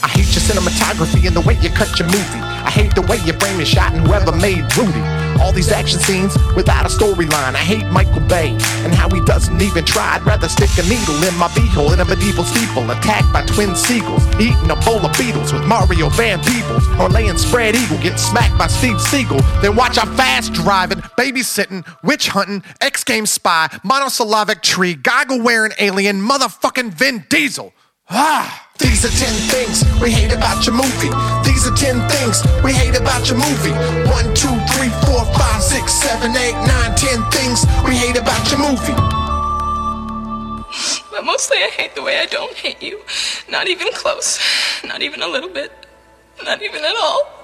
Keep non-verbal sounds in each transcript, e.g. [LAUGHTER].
I hate your cinematography and the way you cut your movie. I hate the way your frame is shot and whoever made Rudy. All these action scenes without a storyline. I hate Michael Bay and how he doesn't even try. I'd rather stick a needle in my beehole in a medieval steeple, attacked by twin seagulls, eating a bowl of beetles with Mario Van Peebles, or laying spread eagle, getting smacked by Steve Seagal. Then watch I fast driving, babysitting, witch hunting, X Games spy, monosyllabic tree, goggle wearing alien, motherfucking Vin Diesel. Ah! These are 10 things we hate about your movie. These are 10 things we hate about your movie. 1, 2, 3, 4, 5, 6, 7, 8, 9, 10 things we hate about your movie. But mostly I hate the way I don't hate you. Not even close. Not even a little bit. Not even at all.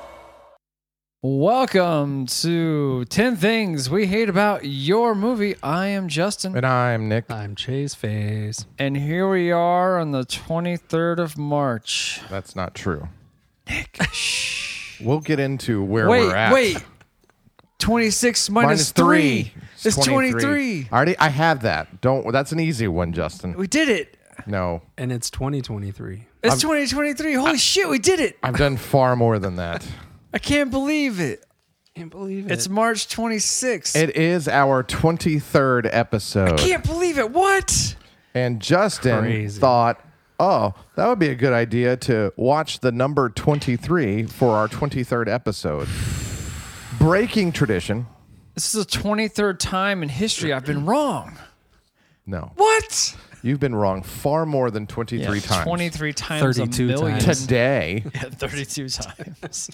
Welcome to 10 Things We Hate About Your Movie. I am Justin. And I'm Nick. I'm Chase Face. And here we are on the 23rd of March. That's not true. [LAUGHS] Nick. we'll get into where Wait, we're at. wait. 26 minus, minus 3. It's 23. I already I have that. Don't that's an easy one, Justin. We did it. No. And it's 2023. It's 2023. Holy shit, we did it. I've done far more than [LAUGHS] that. I can't believe it. Can't believe it. It's March 26th. It is our 23rd episode. can't believe it. What? And Justin Crazy. thought, "Oh, that would be a good idea to watch the number 23 for our 23rd episode." Breaking tradition. This is the 23rd time in history I've been wrong. No. What? You've been wrong far more than 23 times. 23 times. 32 a million. times. Today. [LAUGHS] Yeah, 32 times.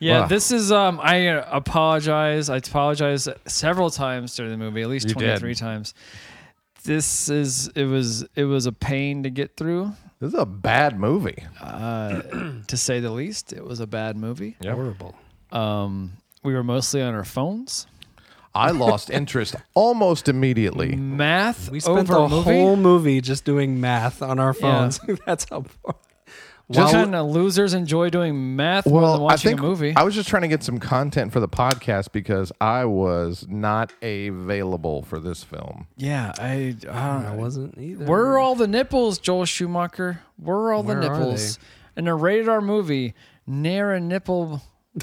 yeah, Wow. this is um I uh, apologize. I apologize several times during the movie, at least You did. 23 times. This is it was it was a pain to get through This is a bad movie. to say the least. It was a bad movie. horrible. Um we were mostly on our phones. I [LAUGHS] lost interest almost immediately. Math We spent over the movie. whole movie just doing math on our phones. [LAUGHS] That's how far. what Just- kind of losers enjoy doing math more than Well, I watching think a movie? I was just trying to get some content for the podcast because I was not available for this film. yeah, I, uh, I don't I know. wasn't either. Where are all the nipples, Joel Schumacher? Where are all the Where are nipples? In a rated R movie, ne'er a nipple [LAUGHS]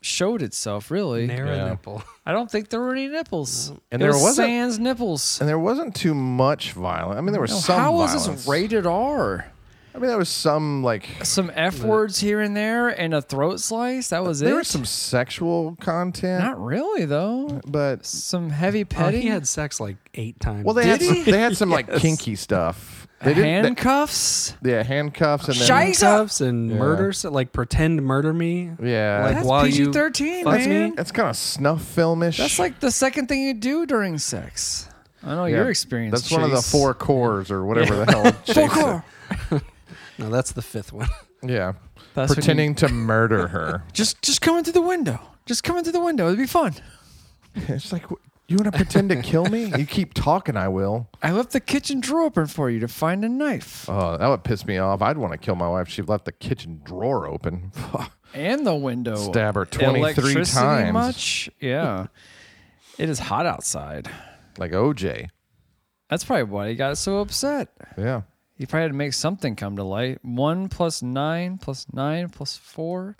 showed itself, really. Nara Yeah. nipple. I don't think there were any nipples. And It there was wasn't- Sans nipples. And there wasn't too much violence. I mean, there was Now, some. How was violence. this rated R? I mean, there was some like Some F words here and there and a throat slice. That was there it. was some sexual content, Not really, though. but Some heavy Oh, petting. [LAUGHS] he had sex like eight times. well, they had Did some, he? they had some [LAUGHS] like kinky stuff. They didn't. They, Handcuffs? yeah, handcuffs and then Shite. handcuffs and murder, so like pretend murder me. yeah. Like That's while you PG-13, fuck man. me. That's kind of snuff filmish. That's like the second thing you do during sex. I know Yeah. your experience. That's one of the Chase. four cores or whatever the [LAUGHS] hell. Chase said. core. No, that's the fifth one. [LAUGHS] Yeah. That's what Pretending [LAUGHS] to murder her. Just just come in through the window. Just come in through the window. It'd be fun. It's like, "What- you want to pretend to kill me? You keep talking, I will. I left the kitchen drawer open for you to find a knife Oh, that would piss me off. I'd want to kill my wife. She left the kitchen drawer open. [LAUGHS] and the window. Stab her 23 Electricity times. Much? Yeah. it is hot outside. like OJ. That's probably why he got so upset. Yeah. He probably had to make something come to light. One plus nine plus nine plus four.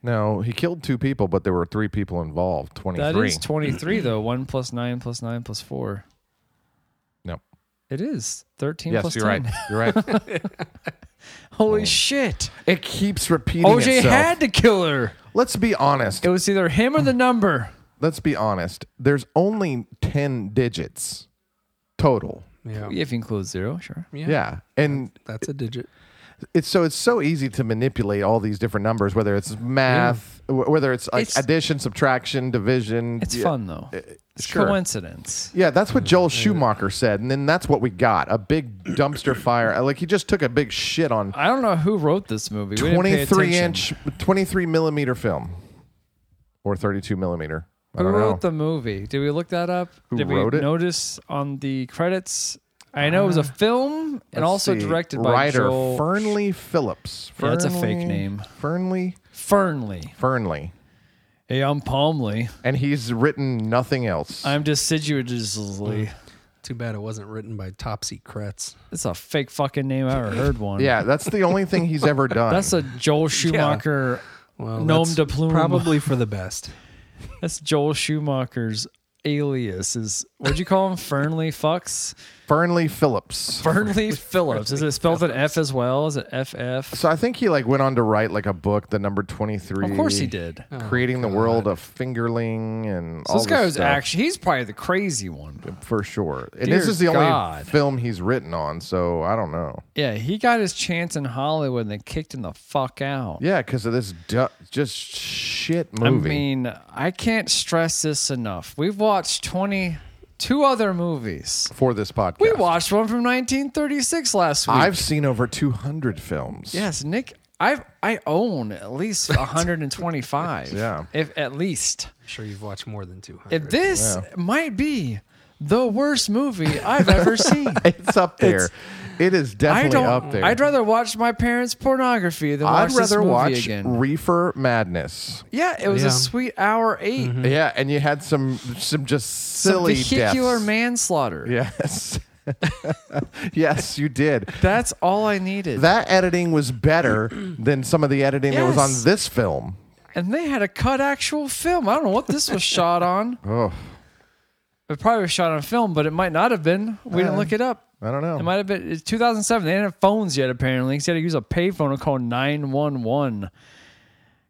No, he killed two people, but there were three people involved. 23. That is 23, though. One plus nine plus nine plus four. no. It is 13 Yes, plus you're 10. right. You're [LAUGHS] right. Holy shit. Oh. it keeps repeating OJ itself. had to kill her. Let's be honest. It was either him or the number. Let's be honest. There's only 10 digits total. Yeah. Oh. If you include zero, sure. Yeah. Yeah. And That's a digit. it's so it's so easy to manipulate all these different numbers, whether it's math, wh- whether it's like It's- addition, subtraction, division. It's yeah. Uh, fun though. It's sure. coincidence. Yeah, that's what Joel Schumacher said, and then that's what we got—a big dumpster fire. Uh, Like he just took a big shit on I don't know who wrote this movie. We didn't pay twenty-three attention. inch, twenty-three millimeter film, or thirty-two millimeter. I Who don't know. wrote the movie? Did we look that up? Who Did wrote we it? notice on the credits? I know it was a film and also Let's see. directed by writer Joel Fernley Phillips. Yeah, that's a Fernley- fake name. Fernley Fernley. Fernley, Hey, I'm Palmley. and he's written nothing else. Mm. I'm deciduously. too bad it wasn't written by Topsy Kretz. It's a fake fucking name I ever heard one. Yeah, that's the only thing he's ever [LAUGHS] done. That's a Joel Schumacher. Well, Nom that's de plume. Probably for the best. That's Joel Schumacher's alias. Is what'd [LAUGHS] you call him? Fernley Fucks. Fernley Phillips. Fernley [LAUGHS] Phillips. Is it spelled an F as well? Is it FF? So I think he like went on to write like a book, the number twenty three. Of course he did. Creating the world of fingerling and So all this guy was stuff, actually he's probably the crazy one. for sure. And this Dear is the only God. film he's written on, so I don't know. Yeah, he got his chance in Hollywood and they kicked him the fuck out. Yeah, because of this du- just shit I movie. mean, I can't stress this enough. We've watched 22 other movies. for this podcast, We watched one from 1936 last week. I've seen over two hundred films. yes, Nick, I I own [LAUGHS] at least 125. Yeah. If at least. I'm sure you've watched more than 200. If this might be the worst movie [LAUGHS] I've ever seen. [LAUGHS] it's up there. it is I definitely don't. up there. I'd rather watch my parents' pornography than watch I'd this rather movie watch again. Reefer Madness. Yeah, it was Yeah. a sweet hour 8 Yeah, and you had some some just Mm-hmm. silly vehicular deaths. manslaughter. Yes. [LAUGHS] yes, you did. That's all I needed. That editing was [CLEARS THROAT] better than some of the editing that was Yes. on this film. and they had a cut actual film. I don't know what this was [LAUGHS] shot on. Oh, It probably was shot on film, but it might not have been. We didn't look it up. I don't know. It might have been it's 2007. They didn't have phones yet, apparently. 'cause He had to use a payphone to call 911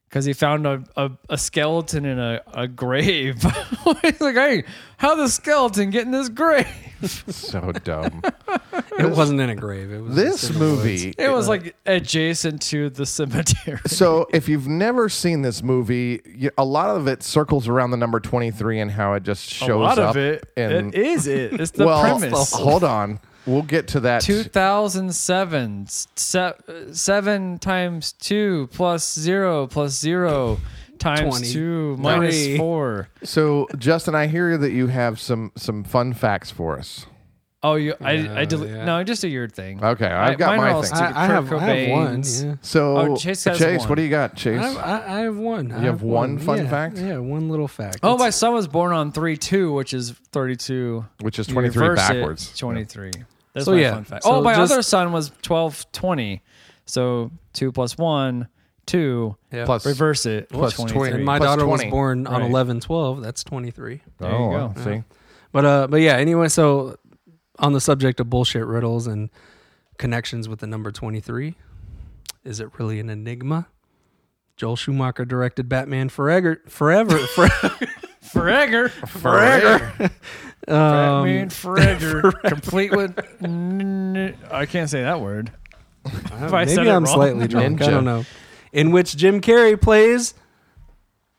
because he found a, a, a skeleton in a, a grave. [LAUGHS] He's like, hey, how the skeleton get in this grave? [LAUGHS] [LAUGHS] so dumb. it wasn't in a grave. It was this just in the woods. movie. It was like adjacent to the cemetery. So, if you've never seen this movie, you, a lot of it circles around the number 23 and how it just shows [LAUGHS] a lot up. of it. and, it is it. It's the [LAUGHS] well, premise. [LAUGHS] hold on. We'll get to that. 2007 se- 7 times 2 plus 0 plus 0 times 20. 2 minus Three. 4 So, Justin, I hear that you have some some fun facts for us. oh you i i Yeah, delete yeah. no just do your thing Okay, I've I- got mine are my all thing. stupid. I, I, have, I have one. Cobain's. Yeah. So, Oh, Chase has one. what do you got, Chase? I have, I, I have one. You I have one fun yeah, fact? Yeah, one little fact. oh It's- my son was born on 3 2 which is 32 Which is You 23 reverse it, backwards. 23 that's So, my yeah. fun fact So oh my just- other son was 12 20 so 2 plus 1 2 Yeah. Plus- reverse it Plus 23. And my Plus daughter was 20. born on Right. eleven twelve. That's 23. There you oh, go. see. [LAUGHS] But uh, but yeah. Anyway, so on the subject of bullshit riddles and connections with the number twenty three, is it really an enigma? Joel Schumacher directed Batman Forever. Forever. [LAUGHS] forever Frigger. Forever. Um, I mean, [LAUGHS] Frigger. complete with. N- n- I can't say that word. If I maybe said it I'm wrong. slightly drunk. Ninja. I don't know. In which Jim Carrey plays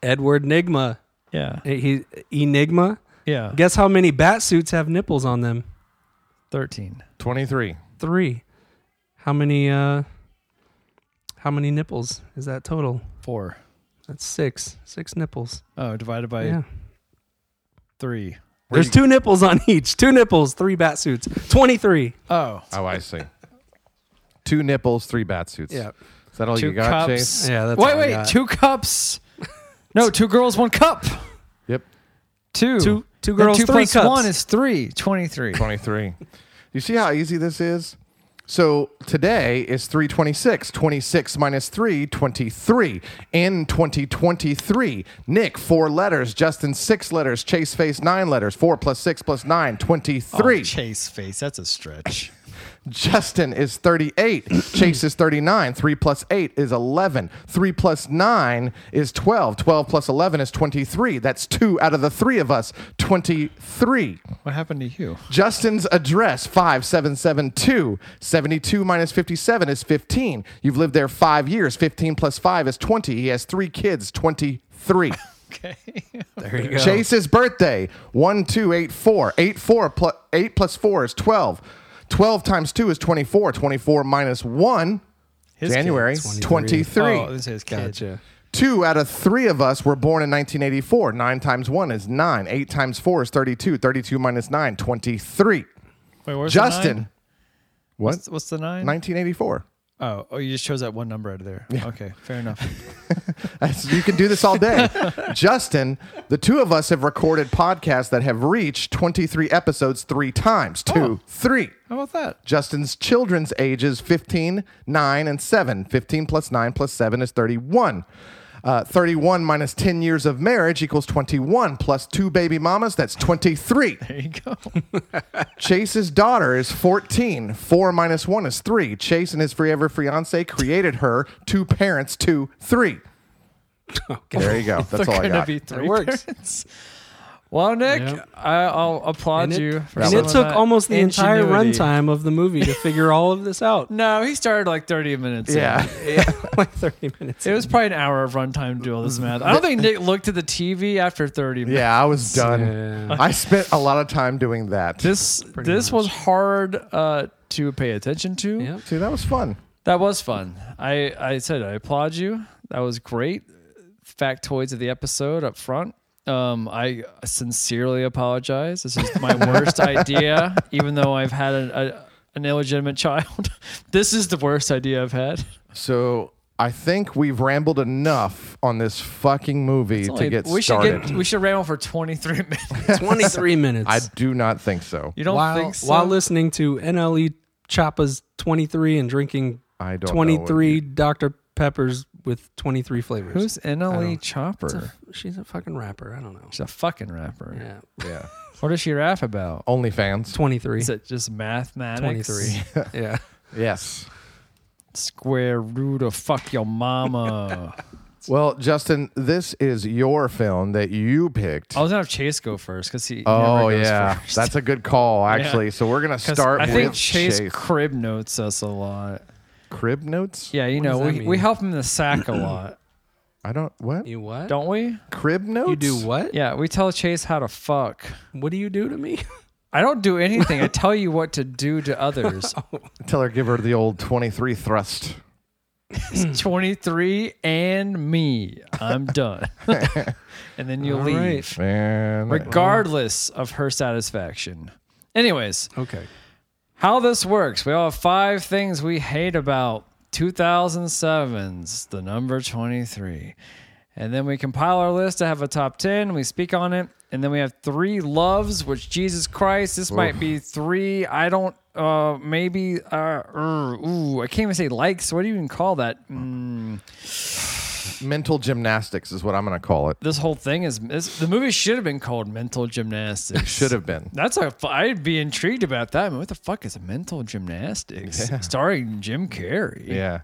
Edward Nigma. Eh, Yeah. He Enigma. Yeah. Guess how many bat suits have nipples on them? 13. 23. Three. How many? uh How many nipples is that total? 4. That's six. Six nipples. Oh, divided by Yeah. 3. There's two nipples on [LAUGHS] each. Two nipples, three bat suits. 23. Oh. Oh, I see. Two nipples, three bat suits. Yeah. Is that all Two you got, cups. Chase? Yeah, that's wait, all I wait. got. Two cups. No, two girls, one cup. Yep. Two. Two- two Then girls, two three plus cups. one is [LAUGHS] three. 23. 23. you see how easy this is? So today is 326. 26 minus 3, 23. In 2023, Nick, four letters. Justin, six letters. Chase face, nine letters. Four plus six plus nine, 23. Oh, chase face. That's a stretch. Justin is 38. Chase is 39. 3 plus 8 is 11. 3 plus 9 is 12. 12 plus 11 is 23. That's two out of the three of us. 23. What happened to you? Justin's address 5772. 72 minus 57 is 15. You've lived there five years. 15 plus 5 is 20. He has three kids. 23. [LAUGHS] Okay. There you go. Chase's birthday, 1284. 84 plus 8 plus 4 is 12. 12 times 2 is 24. 24 minus 1, His January, kids. 23. Oh, this is his kid. Gotcha. Two out of three of us were born in 1984. Nine times 1 is 9. 8 times 4 is 32. 32 minus 9, 23. Wait, where's the Justin. nine? What? What's the nine? 1984. Oh, oh, you just chose that one number out of there. Okay, fair [LAUGHS] enough. That's- you can do this all day. Justin, the two of us have recorded podcasts that have reached 23 episodes three times. Two, three. How about that? Justin's children's ages 15, 9, and 7. 15 plus 9 plus 7 is 31. Uh, 31 minus 10 years of marriage equals 21, plus two baby mamas, that's 23. There you go. Chase's daughter is 14. 4 minus 1 is 3. Chase and his forever fiance created her, two parents, two, three. There you [LAUGHS] go. That's They're all I gonna got. be three works. parents. Well, Nick, Yeah. I, I'll applaud And it, you. For and some it of took that almost the entire ingenuity. runtime of the movie to figure all of [LAUGHS] this out. [LAUGHS] No, he started like 30 minutes. in. Yeah. [LAUGHS] like 30 minutes. It was probably an hour of runtime to do all this math. I don't think Nick looked at the TV after 30 minutes. Yeah, I was done. Yeah. I spent a lot of time doing that. This this was hard uh, to pay attention to. [LAUGHS] Yep. See, that was fun. That was fun. I, I said I applaud you. That was great. Factoids of the episode up front. Um, I sincerely apologize. This is my [LAUGHS] worst idea, even though I've had a, a, an illegitimate child. [LAUGHS] this is the worst idea I've had. So I think we've rambled enough on this fucking movie to get we started. should get we should ramble for 23 [LAUGHS] minutes. [LAUGHS] 23 minutes. I do not think so. You don't while, think so? while listening to NLE Choppa's 23 and drinking I don't know what 23 Dr. Peppers with 23 flavors. Who's NLE It's a- Chopper? she's a fucking rapper. I don't know. She's a fucking rapper. Yeah. Oh, Yeah. What does she rap about? [LAUGHS] OnlyFans. 23. Is it just mathematics? 23. yeah. Yes. Square root of fuck your [LAUGHS] mama. Well, Justin, this is your film that you picked. I was gonna have Chase go first because he. oh never goes yeah, first. that's a good call actually. [LAUGHS] Yeah. So we're gonna 'Cause start I think with Chase, Chase, crib notes us a lot. crib notes. Yeah, you know does that we, mean? we help him in the sack [CLEARS THROAT] a lot, I don't what You what? don't we? crib notes. you do what? Yeah, we tell Chase how to fuck. What do you do to me? I don't do anything. I tell you what to do to [LAUGHS] others. Oh. [CLEARS THROAT] Tell her give her the old twenty three thrust. Twenty three and me. I'm done. [LAUGHS] [LAUGHS] and then you All leave. right. Man, regardless of her satisfaction. Anyways, Okay. how this works we all have five things we hate about 2007's the number 23. And then we compile our list to have a top 10. We speak on it. And then we have three loves, which Jesus Christ, this might be three. I don't, uh, maybe, uh, er, ooh, I can't even say likes. What do you even call that? Mm, mental gymnastics is what I'm gonna call it. this whole thing is, this, the movie should have been called Mental Gymnastics. Should have been. That's a. fu- I'd be intrigued about that. I mean, what the fuck is mental gymnastics starring Jim Carrey? Yeah.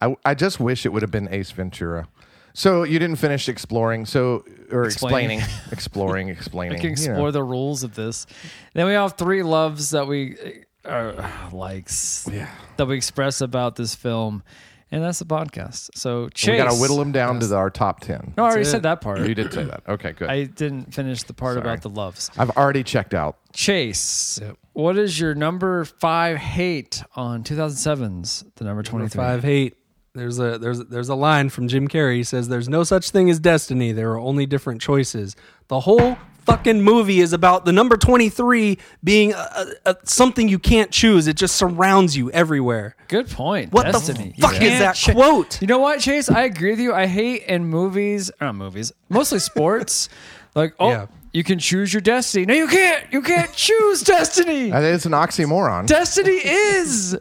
I, I just wish it would have been Ace Ventura. So you didn't finish exploring, so or Explaining. explaining, [LAUGHS] exploring, explaining. we can you know. explore the rules of this. Then we have three loves that we uh, likes that we express about this film, and that's the podcast. So Chase, We got to whittle them down to the- our top ten. No, I already That's said it. that part. You did say that. Okay, good. I, I didn't finish the part about the loves. have already checked out. Chase, Yep. what is your number five hate on 2007's The Number 23? Five hate. There's a there's there's a line from Jim Carrey. He says, "There's no such thing as destiny. There are only different choices." The whole fucking movie is about the number twenty three being a, a, a, something you can't choose. It just surrounds you everywhere. Good point. What the Destiny. You fuck is can't that quote? You know what, Chase? I agree with you. I hate in movies, not movies, [LAUGHS] mostly sports. like, oh, Yeah. you can choose your destiny. No, you can't. You [LAUGHS] can't choose destiny. And It's an oxymoron. destiny is.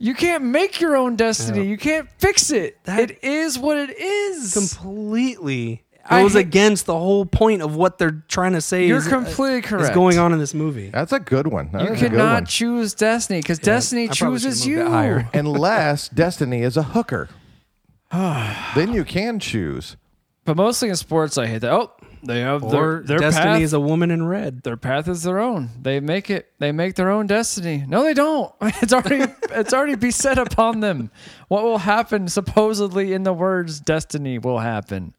You can't make your own destiny. You can't fix it. it is what it is. Completely I goes hate- against the whole point of what they're trying to say. You're is, uh, completely Is correct. going on in this movie. That's a good one. That You is a good one. cannot choose destiny because destiny I probably should've chooses moved you. that higher. [LAUGHS] Unless Destiny is a [SIGHS] hooker, then you can choose. But mostly in sports, I hate that. Oh, they have Or their, their destiny path. is a woman in red. their path is their own. They make it. They make their own destiny. No, they don't. [LAUGHS] It's already it's already beset upon them. What will happen supposedly in the words destiny will happen.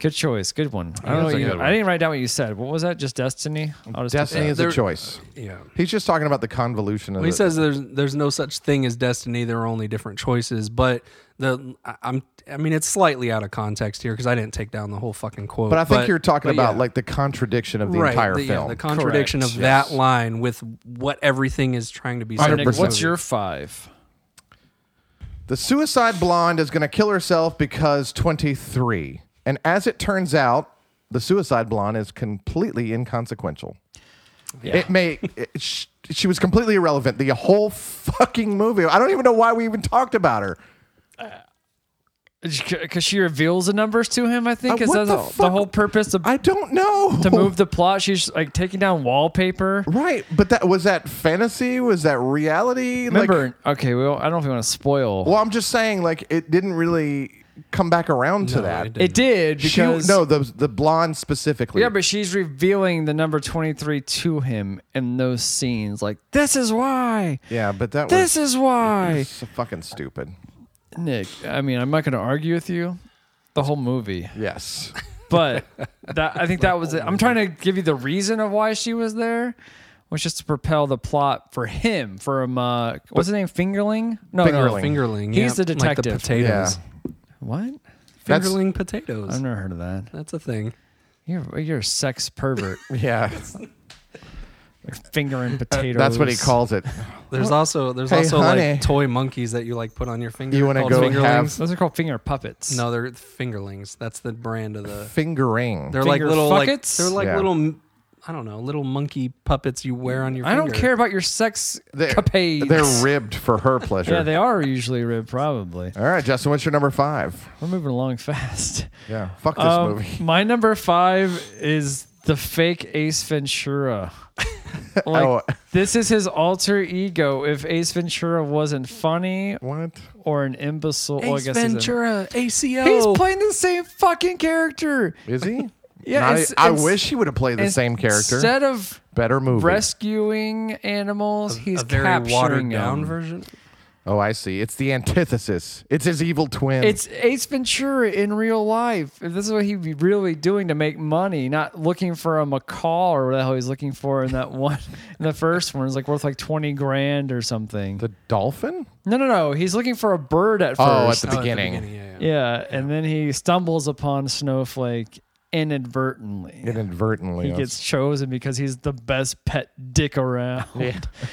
Good choice. Good one. I don't know. that's What a you, good I one. didn't write down what you said. What was that? Just destiny. I'll just put Destiny that. is They're- a choice. Yeah. He's just talking about the convolution of Well, he it. says there's there's no such thing as destiny. There are only different choices. But the I- I'm I mean it's slightly out of context here because I didn't take down the whole fucking quote. but I think you're talking but yeah. about like the contradiction of the Right, entire the, yeah, film. the contradiction Correct. of that line with what everything is trying to be. All said right, in Nick, this what's movie. your five? The suicide blonde is going to kill herself because 23. And as it turns out, the suicide blonde is completely inconsequential. It may. It, sh- she was completely irrelevant. The whole fucking movie. I don't even know why we even talked about her. because she reveals the numbers to him. I think Uh, is what that the, the the fuck? whole purpose to, I don't know. to move the plot. She's like taking down wallpaper. Right, but that was that fantasy. Was that reality? Like, Remember? okay, well, I don't know if you want to spoil. well, I'm just saying, like it didn't really come back around to No, that. it didn't. it did She- because no, the the blonde specifically. Yeah, but she's revealing the number 23 to him in those scenes. Like, this is why. yeah, but that This was is why. so fucking stupid. Nick, I mean, I'm not going to argue with you the whole movie, Yes, but that I think that was it. I'm trying to give you the reason of why she was there. Was just to propel the plot for him, for him. Uh, what's his name? Fingerling? No, Fingerling. no. Fingerling. He's yeah, the Like the detective. yeah, potatoes. What? That's- Fingerling potatoes. I've never heard of that. That's a thing. You're you're a sex pervert. yeah. You're fingering potatoes. That's what he calls it. There's also there's Hey, also honey. like toy monkeys that you like put on your finger. You wanna called go fingerlings? Those are called finger puppets. No, they're fingerlings. That's the brand of the. Fingering. They're like Finger little like fuckets? they're like Yeah. little m- I don't know little monkey puppets you wear on your. I don't finger. care about your sex They're, capades. they're ribbed for her pleasure. [LAUGHS] yeah, they are usually ribbed, probably. All right, Justin. What's your number five? We're moving along fast. Yeah, fuck [LAUGHS] this Um, movie. my number five is the fake Ace Ventura. like, [LAUGHS] Oh. this is his alter ego. If Ace Ventura wasn't funny What? or an imbecile, well, I Ace guess he's a- Ventura, ACO. He's playing the same fucking character. Is he? [LAUGHS] Yeah, Not- e- it's- I it's- wish he would have played the same character. Instead of Better movie. rescuing animals, he's a very capturing watered down them. version. Oh, I see. It's the antithesis. It's his evil twin. It's Ace Ventura in real life. This is what he'd be really doing to make money, not looking for a macaw or whatever the hell he's looking for in that [LAUGHS] one. In the first one, it's like worth like twenty grand or something. the dolphin. No, no, no. He's looking for a bird at Oh, first. at the beginning. yeah, yeah. yeah, and then he stumbles upon Snowflake inadvertently. Inadvertently, he yes. gets chosen because he's the best pet dick around.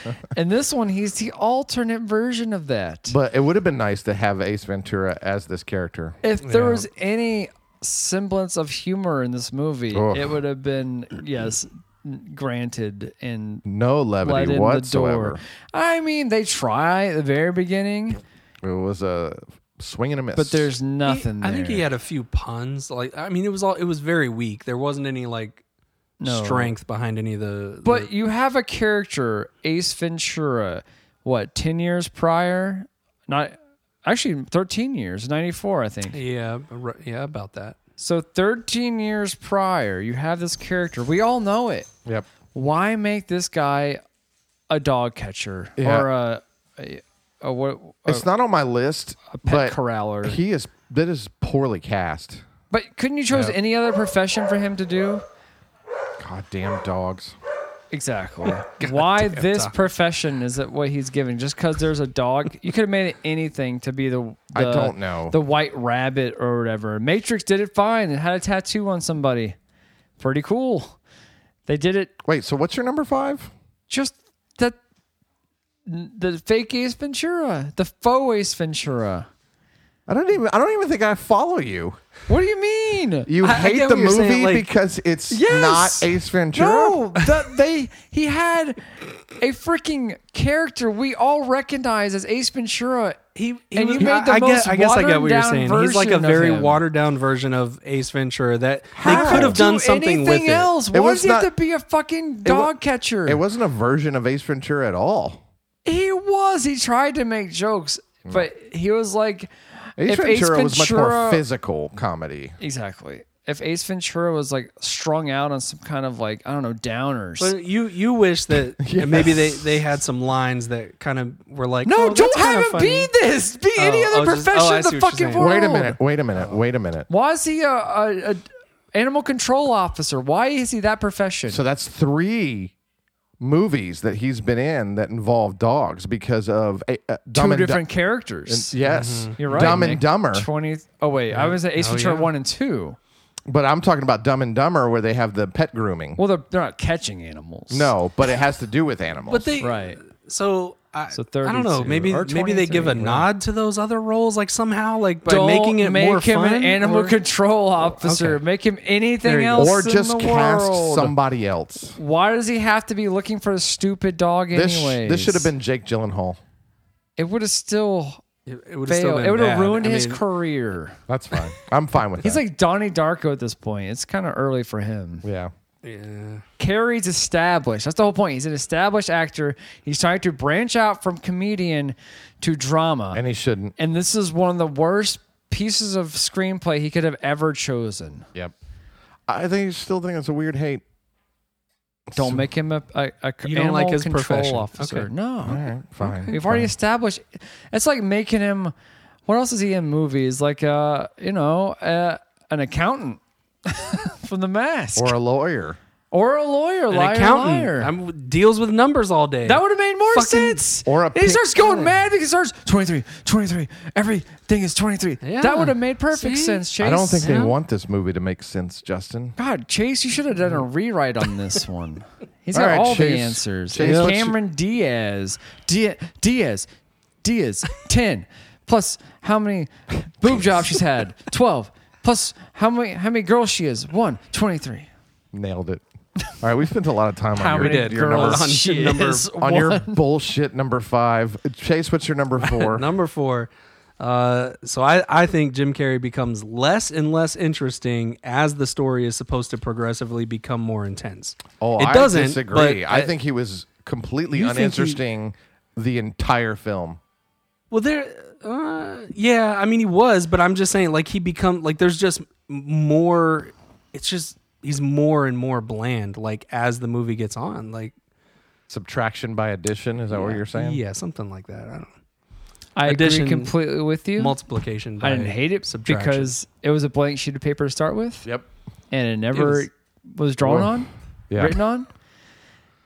[LAUGHS] and this one, he's the alternate version of that. But it would have been nice to have Ace Ventura as this character. if there Yeah. was any semblance of humor in this movie, Ugh. it would have been yes, n- granted and No let levity in whatsoever. the door. I mean, they try at the very beginning, It was a swing and a miss. but there's nothing. I think there. he had a few puns. Like I mean, it was all it was very weak. There wasn't any like No. strength behind any of the. But the- you have a character, Ace Ventura, what ten years prior? Not actually thirteen years, ninety four, I think. yeah, r- yeah, about that. So thirteen years prior, you have this character. We all know it. yep. why make this guy a dog catcher Yeah. or a, a, a what? a- It's not on my list. pet but corraller. He is. That is poorly cast. but couldn't you chose any other profession for him to do? Goddamn dogs. [LAUGHS] Exactly. why this profession is that what he's given? Just because there's a dog, you could have made it anything to be the, I the- don't know. the white rabbit or whatever. Matrix did it fine. It had a tattoo on somebody. Pretty cool. They did it Wait. So what's your number five? just that the fake Ace Ventura, the faux Ace Ventura. I don't even. I don't even think I follow you. What do you mean? You I- I hate get the what you're movie saying, like- because it's Yes! not Ace Ventura. no, that they he had a freaking character we all recognize as Ace Ventura. He, he And was- you made I- the I most guess, I guess I get what you're watered-down saying. He's like a version of very him. watered down version of Ace Ventura that How? they could have Do done something with anything else. Why was does he have not- to be a fucking dog catcher? It wasn't a version of Ace Ventura at all. he was. He tried to make jokes, but he was like, Ace if Ventura, Ace was much more Ventura- physical comedy. exactly. If Ace Ventura was like strung out on some kind of like I don't know downers. it. But you you [LAUGHS] wish that maybe they, they had some lines that kind of were like no, oh, that's don't kinda have him funny. be this. Be any Oh, other oh, just- profession oh, I in see the what you're fucking saying. world. Wait a minute. Wait a minute. Wait a minute. Why is he a, a, a animal control officer? Why is he that profession? So that's three movies that he's been in that involve dogs because of a, uh, Dumb Two and Du- different characters. yes, You're right. Dumb and Nick. Dumber. Twenty. Oh wait, I was at Ace Oh, Ventura yeah. one and two. But I'm talking about Dumb and Dumber where they have the pet grooming. Well, they're, they're not catching animals. no, but it has to do with animals. But they Right. So I, So I don't know. 32, Maybe or maybe they give a 23, nod to those other roles, like somehow, like by Don't making it make more him fun. an animal or- Oh, control officer. okay. Make him There anything you go. else or in just the cast world. somebody else. Why does he have to be looking for a stupid dog This anyway? this should have been Jake Gyllenhaal. It would have still It, it would have still failed. been It would have bad. ruined I his mean, career. That's fine. I'm fine with He's that. like Donnie Darko at this point. It's kind of early for him. yeah. Yeah. Carrie's established. That's the whole point. He's an established actor. He's trying to branch out from comedian to drama. And he shouldn't. and this is one of the worst pieces of screenplay he could have ever chosen. Yep. I think still think it's a weird hate. Don't make him a, a, a You don't animal like his control profession. officer. Okay. No, All right, fine. we've already established. It's like making him. What else is he in movies? Like uh, you know, uh, an accountant [LAUGHS] from The Mask, or or, a lawyer. a lawyer, An liar, accountant liar. I'm, deals with numbers all day. that would have made more Fucking- sense. or a And he pic- starts going mad because he starts 23, 23. Everything is 23. Yeah. That would have made perfect See? sense, Chase. I don't think they Yeah. want this movie to make sense, Justin. God, Chase, you should have done a rewrite [LAUGHS] on this one. He's All got right, all Chase. the answers. Chase, what's your- Cameron Diaz. Dia- Diaz. Diaz. [LAUGHS] 10. Plus how [LAUGHS] many boob jobs she's had? 12. Plus how many how many girls she is? 1. 23. Nailed it. All right, we spent a lot of time How on your, many did. your girls number, on she [LAUGHS] number- [LAUGHS] is? on your One. bullshit number five. Chase, what's your [LAUGHS] number four? Number four. Uh, so I, I think Jim Carrey becomes less and less interesting as the story is supposed to progressively become more intense. Oh, it I doesn't. disagree. but I think he was completely You think he- uninteresting the entire film. Well, there. Uh, yeah, I mean he was, but I'm just saying like he become like there's just more. It's just he's more and more bland like as the movie gets on. Like Subtraction by addition. Is that what you're saying? yeah, something like that. I don't know. I agree Addition- completely with you. multiplication. By I didn't hate it subtraction. because it was a blank sheet of paper to start with Yep. and it never It was, drawn Whoa. on, Yeah. written on.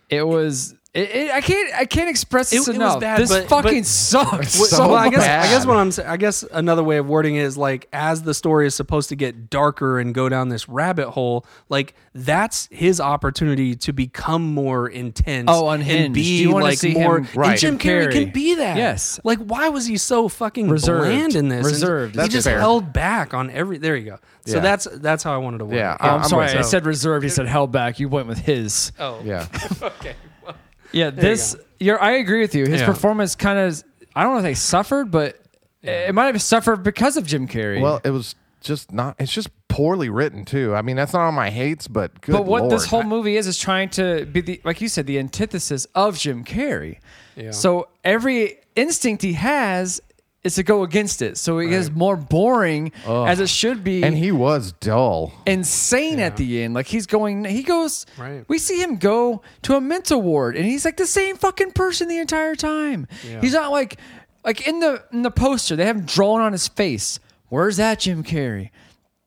It was it, it, I can't I can't express It- this it was enough. bad, this but- fucking but- sucks. Well, so well, I guess bad. I guess what I'm saying, I guess another way of wording it is like as the story is supposed to get darker and go down this rabbit hole, like that's his opportunity to become more intense. Oh, unhinged. And be You wanna like see more. him- Right. And Jim Carrey Carrey. can be that. Yes. Like why was he so fucking Reserved. bland in this? And Reserved. He That's just fair. held back on every. There you go. So Yeah. that's that's how I wanted to word. Yeah, it. I- I'm, I'm sorry, with I you. said reserved. He said held back. You went with his. Oh. Yeah. [LAUGHS] Okay. Yeah, this. You're, I agree with you. His Yeah. performance kind of. I don't know if they suffered, but it might have suffered because of Jim Carrey. Well, it was just not. It's just poorly written too. I mean, that's not on my hates, but good. but what this Lord. whole movie is is trying to be the like you said the antithesis of Jim Carrey. Yeah. So every instinct he has is to go against it. So it gets more boring as it should be. and he was dull. insane at the end. Like he's going, he goes, Right. we see him go to a mental ward and he's like the same fucking person the entire time. He's not like, like in the, in the poster, they have him drawn on his face. Where's that Jim Carrey?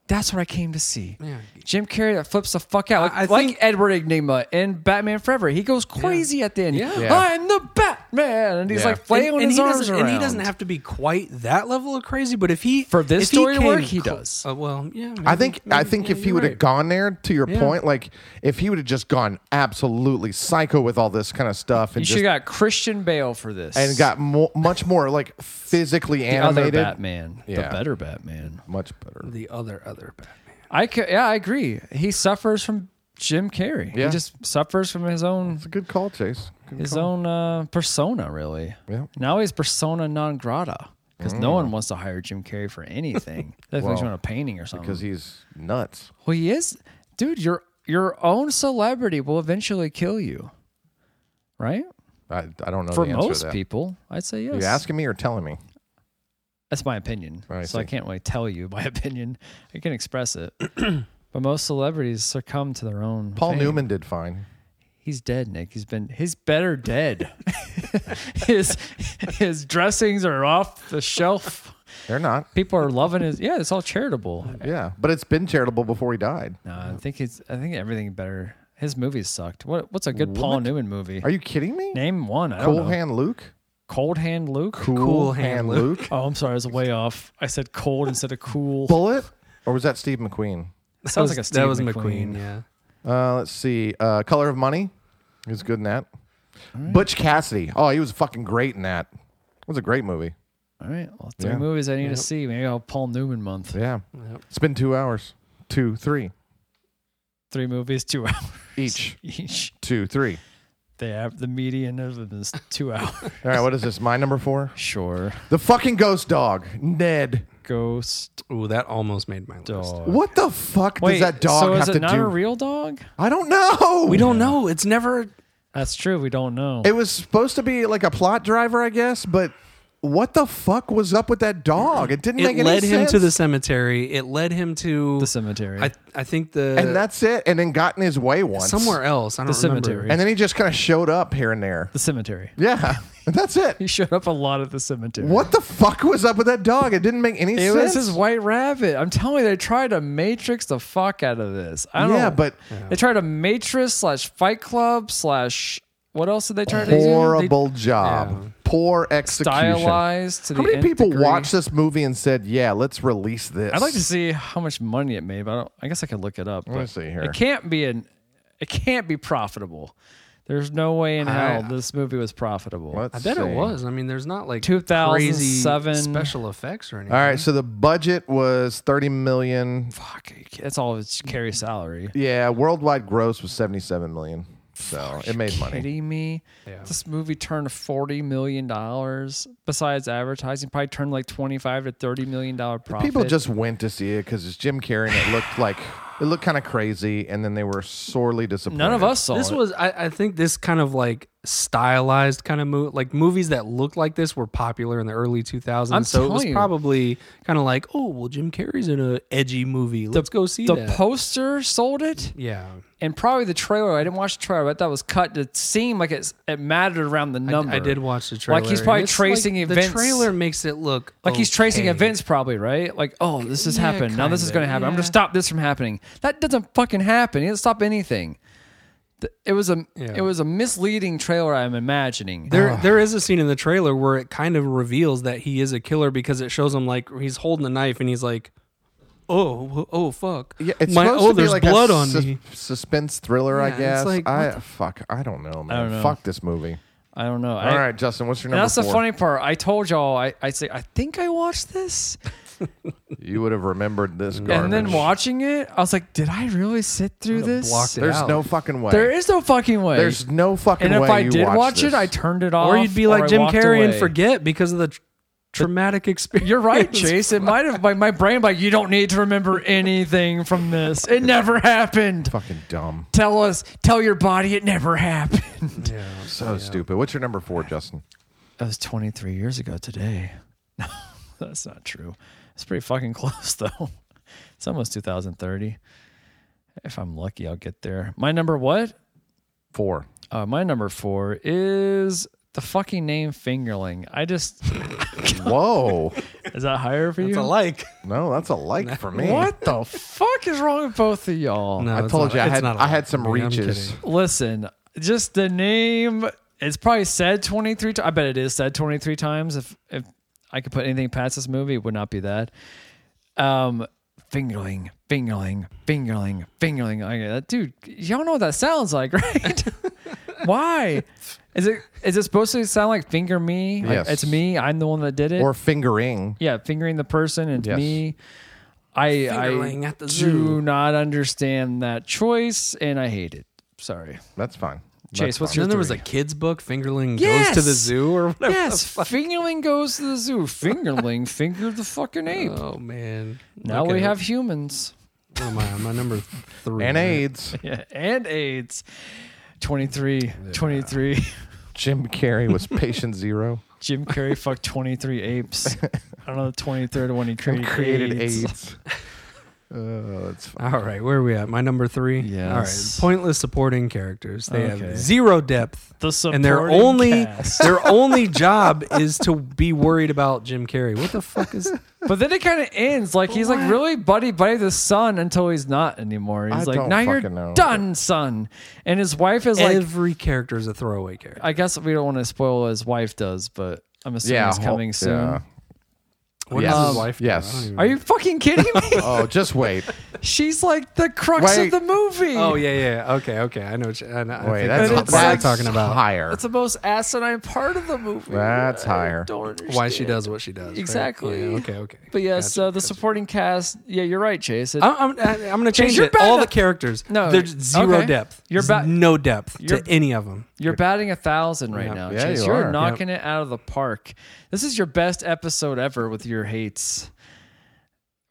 That's what I came to see. Jim Carrey that flips the fuck out. Like, I- I like think- Edward Enigma in Batman Forever. He goes crazy at the end. Yeah. Yeah. I'm the Batman. And he's Yeah. like flailing his he arms doesn't, around. And he doesn't have to be quite that level of crazy, but if he For this if he story to came work, he clo- does. Uh, well, I yeah. maybe- Mm-hmm. think I maybe- think yeah, if he you're would have right. gone there, to your Yeah. point, like if he would have just gone absolutely psycho with all this kind of stuff and You should just got Christian Bale for this. and got mo- much more like physically the other animated, Batman. Yeah. The better Batman. much better. the other other [LAUGHS] Batman. I ca yeah, I agree. He suffers from Jim Carrey. Yeah. He just suffers from his own Good call, Chase. Good his call. own uh, persona, really. Yeah. Mm. Now he's persona non grata because no one wants to hire Jim Carrey [LAUGHS] for anything. That makes you Well, want a painting or something. because he's nuts. well, he is, dude. Your your own celebrity will eventually kill you, right? I, I don't know for the answer to most that. people, I'd say yes. Are you asking me or telling me? That's my opinion. I so I see. can't really tell you [LAUGHS] my opinion. I can express it. [CLEARS THROAT] but most celebrities succumb to their own. Paul fame. Newman did fine. He's dead, Nick. He's been he's better dead. [LAUGHS] his his dressings are off the shelf. They're not. People are loving his yeah, it's all charitable. Yeah, but it's been charitable before he died. No, I think he's I think everything better his movies sucked. What what's a good Paul Newman movie? Are you kidding me? Name one. I don't Cool know. Hand Luke. Cold Hand Luke. Cool Hand Luke. Oh, I'm sorry, I was way off. I said cold instead of cool. Bullet, or was that Steve McQueen? That Sounds was, like a Steve that was McQueen. McQueen. Yeah. Uh, let's see. Uh, Color of Money. He was good in that. Butch Cassidy. Oh, he was fucking great in that. It was a great movie. All right. Well, three Yeah. movies I need to see. Maybe I'll Paul Newman month. Yeah. Yep. It's been two hours. Two, three. Three movies, two [LAUGHS] hours Each. each. Two, three. They have the median of them is [LAUGHS] two hours. All right, what is this? My number four? sure. The fucking ghost dog. Ned. Ghost Ooh, that almost made my list. dog. What the fuck Wait, does that dog so have is it to not do? a real dog? I don't know. We don't know. It's never. That's true. We don't know. It was supposed to be like a plot driver, I guess, but what the fuck was up with that dog? It didn't It make any led him sense. to the cemetery. It led him to the cemetery. I I think the Uh, and that's it. And then got in his way once somewhere else. I don't remember. cemetery. And then he just kind of showed up here and there. the cemetery. [LAUGHS] Yeah, [LAUGHS] and that's He it. showed up a lot at the cemetery. What the fuck was up with that dog? It didn't make any It sense. was his white rabbit. I'm telling you, they tried to matrix the fuck out of this. I don't yeah, know. but they tried to matrix slash Fight Club slash what else did they try to do? They horrible job, poor execution. stylized to How the many nth people degree. watched this movie and said, "Yeah, let's release this"? I'd like to see how much money it made, but I, don't, I guess I could look it up. Let me but see here. It can't be an. It can't be profitable. There's no way in hell this movie was profitable. Let's I bet it see. was. I mean, there's not like 2007 crazy special effects or anything. All right, so the budget was thirty million. Fuck, that's all of its carry salary. Yeah, worldwide gross was seventy-seven million. So it made money. Kidding me? Yeah. This movie turned forty million dollars. Besides advertising, probably turned like twenty-five to thirty million dollar profit. People just went to see it because it's Jim Carrey, and it looked like it looked kind of crazy, and then they were sorely disappointed. none of us saw This it. was, I, I think, this kind of like stylized kind of movie, like movies that looked like this were popular in the early 2000s. I'm so it was telling you. probably kind of like, oh, well, Jim Carrey's in a edgy movie. Let's go see the that. poster sold it, yeah, and probably the trailer. I didn't watch the trailer, but that was cut to seem like it's, it mattered around the number. I, I did watch the trailer. Like he's and probably it's tracing like, events. The trailer makes it look Like he's tracing okay. events, probably right. Like, oh, this has Yeah, happened. Now this is kinda, going to happen. I'm going yeah. to stop this from happening. That doesn't fucking happen. It doesn't stop anything. Th- It was a Yeah. it was a misleading trailer. I'm imagining. There, there is a scene in the trailer where it kind of reveals that he is a killer because it shows him like he's holding a knife and he's like, "Oh, wh- oh, fuck! Yeah, it's My, supposed oh, to be there's like blood a on sus- me." Suspense thriller, I Yeah, it's guess. like, what I the- fuck, I don't know, man. don't know. Fuck this movie. I don't know. All right, Justin, what's your number? that's the four? funny part. I told y'all. I I say I think I watched this, You would have remembered this garbage. and then watching it, I was like, did I really sit through this? blocked it There's out. no fucking way. There is no fucking way. There's no fucking and way. if I you did watched watch this. it, I turned it off, Or you'd be I like Jim walked Carrey and away. forget because of the tr- traumatic experience. You're [LAUGHS] right, Chase. It might have my, my brain like you don't need to remember anything from this. It never happened. fucking dumb. Tell us, tell your body it never happened. Yeah. So stupid. What's your number four, Justin? That was 23 years ago today. [LAUGHS] No, that's not true. It's pretty fucking close [LAUGHS] though. It's almost 2030. If I'm lucky, I'll get there. My number what? Four. Uh, my number four is the fucking name Fingerling. I just [LAUGHS] Whoa. is that higher for you? It's a like. no, that's a like for me. What the fuck is wrong with both of y'all? No, I it's told not- you I it's had not a I like. had some I mean, I'm reaches. kidding. Listen, just the name. It's probably said 23 times. I bet it is said 23 times. If if I could put anything past this movie, it would not be that. Um, fingerling, fingerling, fingerling, fingerling. I that dude, y'all know what that sounds [LAUGHS] like, [LAUGHS] right? Why? Is it is it supposed to sound like finger me? Like, Yes. it's me. I'm the one that did it. Or fingering. yeah, fingering the person and it's Yes. me. I Fingerling I at the do zoo. not understand that choice and I hate it. Sorry. That's fine. Chase, what's And your then there was a three? kids book, Fingerling Yes! goes to the zoo [LAUGHS] or whatever. Yes, fingerling goes to the zoo. Fingerling [LAUGHS] fingered the fucking ape. Oh man. now Okay, we [LAUGHS] have humans What am I? on? My number three. And AIDS. yeah, and AIDS. 23, 23. Jim Carrey was patient zero. [LAUGHS] Jim Carrey fucked 23 apes. I don't know the 23rd one he created. Created AIDS. [LAUGHS] AIDS. Oh, that's fine. All right, where are we at? My number three. Yes. All right. Pointless supporting characters. They Okay. have zero depth. The and their supporting only cast. their only job is to be worried about Jim Carrey. What the fuck is? [LAUGHS] But then it kind of ends like he's like really buddy buddy the son until he's not anymore. He's I like, don't now you're fucking know. done, son. And his wife is like, Every character is a throwaway character. I guess we don't want to spoil what his wife does, but I'm assuming Yeah, it's ho- coming soon. yeah. What yes. does his wife? do? Yes. I don't [LAUGHS] even- Are you fucking kidding me? [LAUGHS] Oh, just wait. She's like the crux Wait. of the movie. Oh yeah, yeah. Okay, okay. I know. What you, I know I Wait, think that's, I know that's, what you're talking about. higher. That's the most asinine part of the movie. That's I higher. Don't understand. Why she does what she does. right? Exactly. Yeah, okay, okay. But yes, Gotcha, uh, the gotcha. supporting cast. Yeah, you're right, Chase. It- I'm, I'm, I'm going to change you're it. All bad the at- characters. No, there's zero okay. depth. You're There's ba- no depth you're- to any of them. You're batting a thousand right now, Yeah, Chase. you You are are. knocking it out of the park. This is your best episode ever with your hates.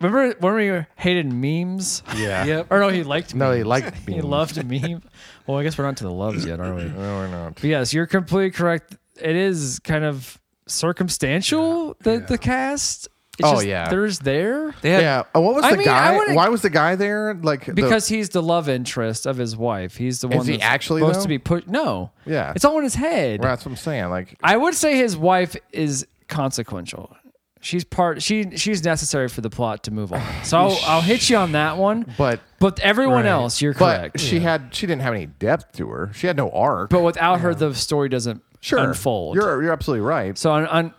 Remember when we hated memes? yeah. Yep. Or no, he liked memes. No, he liked he being. loved meme. Well, I guess we're not to the loves yet, are we? No, we're not. But yes, you're completely correct. It is kind of circumstantial the the cast. It's Oh, just yeah. there's there They had, Yeah. Oh, what was I the mean, I guy? wouldn't- Why was the guy there? Like the- because he's the love interest of his wife. He's the one he that's actually, supposed though? to be pushed. No, Yeah. it's all in his head. Well, that's what I'm saying. Like, I would say his wife is consequential. She's part. She she's necessary for the plot to move on. [SIGHS] So I'll, I'll hit you on that one. but But everyone Right. else, you're but correct. she had she didn't have any depth to her. She had no arc. But without her, the story doesn't sure, unfold. You're you're absolutely right. So on, on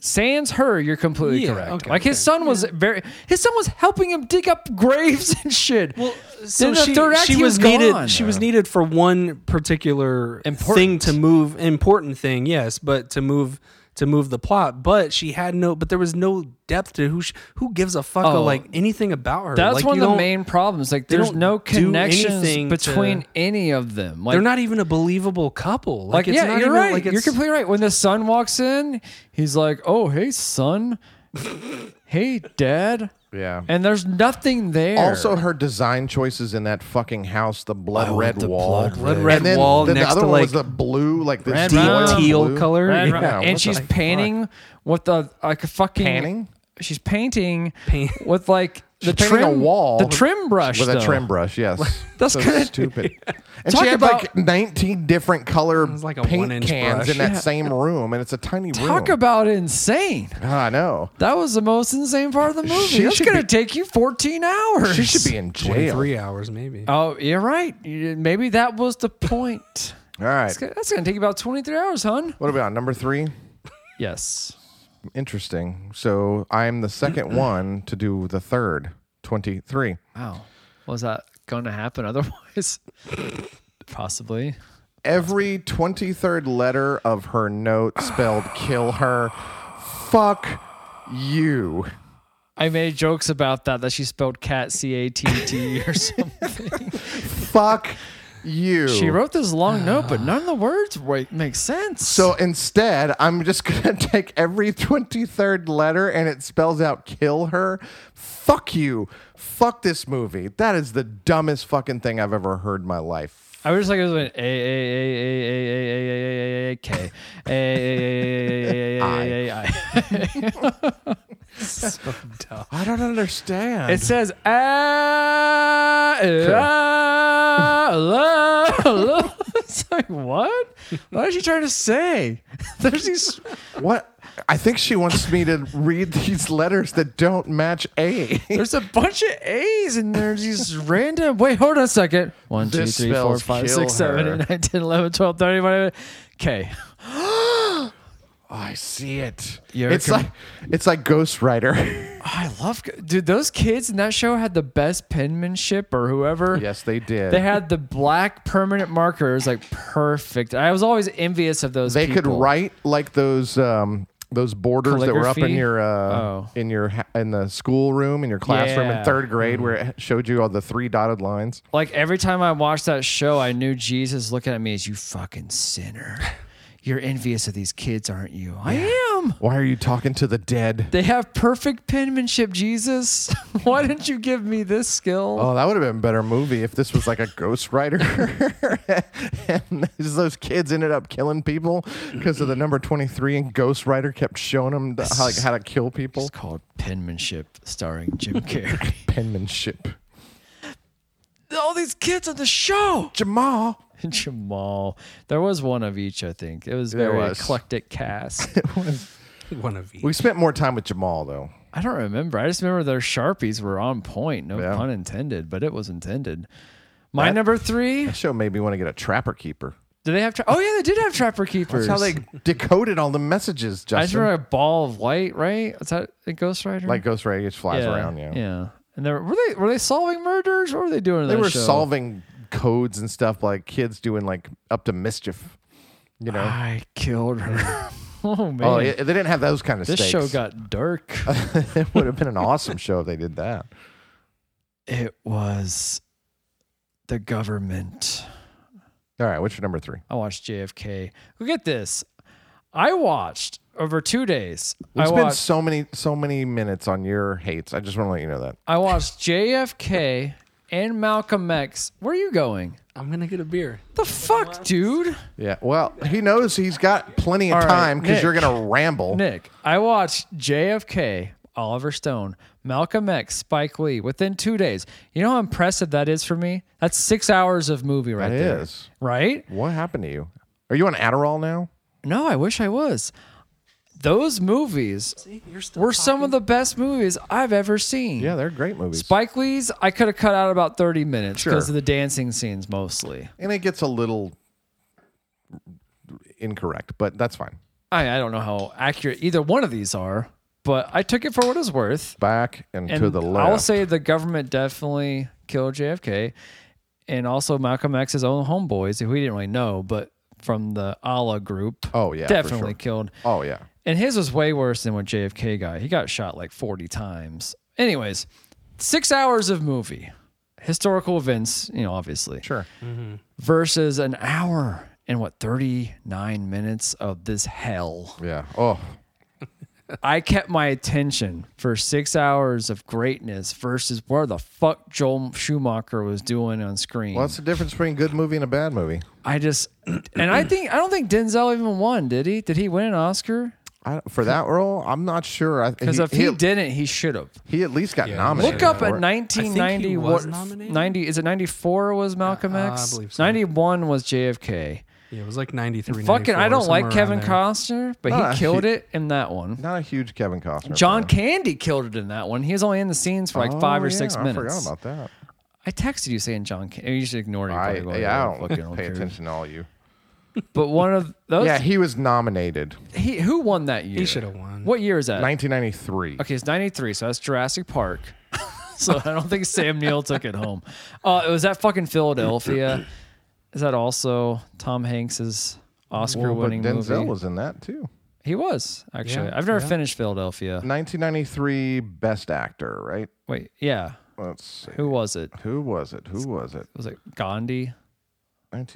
sans her, you're completely Yeah, correct. okay, like his okay. son was very, his son was helping him dig up graves [LAUGHS] and shit. Well, so she, she was, needed. She was needed for one particular thing Important. to move. Important thing, yes, but to move to move the plot. But she had no. But there was no depth to who. She, who gives a fuck Oh. of like anything about her? That's Like, one you of the don't- main problems. Like, they there's don't no do connections anything between to- any of them. Like, They're not even a believable couple. Like, Like, it's yeah, not you're even, right. Like, you're it's- completely right. When the son walks in, he's like, "Oh, hey, [LAUGHS] son. hey, dad." Yeah. And there's nothing there. also, her design choices in that fucking house, the blood red Oh, the wall, blood Blood red. red And then, wall Then next the other to, one was like, the blue, like the red, teal brown, teal blue. color. Right, Yeah, right. and what she's the painting with the like a fucking Panning? She's painting [LAUGHS] Paint- with like the She's painting trim a wall the trim brush with a though. trim brush. [LAUGHS] Yes, That's so kinda- [LAUGHS] stupid. And Talk she had like about- 19 different color was like a paint one-inch cans brush. in that Yeah. same room, and it's a tiny room. Talk about insane. I know That was the most insane part of the movie. She That's should gonna be- take you 14 hours. she should be in jail. three hours maybe. Oh, you're right. You- Maybe that was the point. All [LAUGHS] right, That's gonna- that's gonna take you about 23 hours, hun. what about number three? Yes. Interesting. So I'm the [CLEARS THROAT] second one to do the third 23. Wow. Was that going to happen otherwise? [LAUGHS] Possibly. Every 23rd letter of her note spelled kill her. Fuck you. I made jokes about that that she spelled cat c a t t or [LAUGHS] something. Fuck you. she wrote this long note, but none of the words wa- make sense. so instead, I'm just going to [LAUGHS] take every 23rd letter and it spells out kill her. Fuck you. Fuck this movie. That is the dumbest fucking thing I've ever heard in my life. I was like, it was an a a a a a a a a a a k a a a a a a a a a. I don't understand. It says ah ah la la. It's like what? What is she trying to say? There's these. What? I think she wants me to read these letters that don't match A. There's a bunch of A's and there's these random. Wait, hold on a second. One, two, This three, four, spells five, kill six, seven, her. eight, nine, 10, 11, 12, 13, 14, 15. Okay. [LAUGHS] I see it. You're it's com- like it's like Ghost Rider. [LAUGHS] I love. Dude, those kids in that show had the best penmanship or whoever. yes, they did. They had the black permanent markers, like perfect. I was always envious of those. They could people. write like those um, those borders that were up in Calligraphy? your uh, Oh. in your ha- in the schoolroom in your classroom Yeah. Mm-hmm. in third grade where it showed you all the three dotted lines. Like every time I watched that show, I knew Jesus looking at me as you fucking sinner. You're envious of these kids, aren't you? I am. Why are you talking to the dead? They have perfect penmanship, Jesus. [LAUGHS] Why didn't you give me this skill? Oh, that would have been a better movie if this was like a Ghost Rider, [LAUGHS] and these- those kids ended up killing people because of the number twenty three, and Ghost Rider kept showing them the, how, like, how to kill people. It's called penmanship, starring Jim Carrey. [LAUGHS] Penmanship. All these kids on the show. [LAUGHS] Jamal. Jamal. There was one of each, I think. It was There very was. [LAUGHS] eclectic cast. [LAUGHS] One of each. We spent more time with Jamal though. I don't remember. I just remember their sharpies were on point. No Yeah. pun intended, but it was intended. My That- number three. That show made me want to get a Trapper Keeper. Did they have? Tra- oh yeah, they did have trapper keepers. That's how they decoded all the messages, I just Justin. remember a ball of white, right? Is that in Ghost Rider? like Ghost Rider just flies around you. Yeah. And they were, were they were they solving murders? What were they doing? In They that were show? solving codes and stuff like kids doing like up to mischief. You know. I killed her. [LAUGHS] oh Ah, man, oh, yeah, they didn't have those kind of this stakes. show got dark. [LAUGHS] it would have been an awesome show if they did that. it was the government. All right, what's your number three? I watched JFK. Look at this. I watched over two days. We I spent watched. so many so many minutes on your hates. I just want to let you know that. I watched JFK and Malcolm X. Where are you going? I'm gonna get a beer. The fuck, dude? Yeah. Well, he knows he's got plenty of All right, time because Nick. you're gonna ramble. Nick, I watched JFK, Oliver Stone, Malcolm X, Spike Lee within two days. You know how impressive that is for me? That's six hours of movie right That there. is. Right? What happened to you? Are you on Adderall now? No, I wish I was. Those movies were some of the best movies I've ever seen. Yeah, they're great movies. Spike Lee's, I could have cut out about 30 minutes Sure. because of the dancing scenes mostly. and it gets a little incorrect, but that's fine. I, I don't know how accurate either one of these are, but I took it for what it's worth. Back and, And to the left. I'll say the government definitely killed JFK and also Malcolm X's own homeboys, who we didn't really know, but from the Allah group. Oh, yeah, for Definitely sure. killed. Oh yeah. And his was way worse than what JFK got. He got shot like 40 times. Anyways, six hours of movie, historical events, you know, obviously, Sure. versus an hour and what, 39 minutes of this hell. Yeah. Oh. I kept my attention for six hours of greatness versus where the fuck Joel Schumacher was doing on screen. What's the difference between a good movie and a bad movie? I just, [CLEARS THROAT] and I think, I don't think Denzel even won, did he? Did he win an Oscar? I, for that role, I'm not sure. Because if he, didn't, he should have. he at least got nominated. Look up for at it. 1990. was what- nominated. 90 is it 94 was Malcolm Uh, I X? believe so. 91 was JFK. Yeah, it was like 93. Fucking, I 94, don't like somewhere Kevin around there. Costner, but Ah, he killed he- it in that one. Not a huge Kevin Costner. John fan. Candy killed it in that one. He was only in the scenes for like Oh, five or six yeah, minutes. I forgot about that. I texted you saying John. Can- you should ignore it. You I, probably go, yeah, I don't fucking pay care." attention to all you. But [LAUGHS] one of those. Yeah, yeah. he was nominated. He, who won that year? He should have won. What year is that? 1993. Okay, it's '93, so that's [LAUGHS] Jurassic Park. so I don't think Sam Neill took it home. Uh, it was that fucking Philadelphia. Is that also Tom Hanks's Well, but Oscar-winning Denzel movie? was in that too. he was actually. Yeah, I've never yeah. finished Philadelphia. 1993 Best Actor, right? Wait, yeah. Let's see. Who was it? Who was it? Who was it? Was it Gandhi?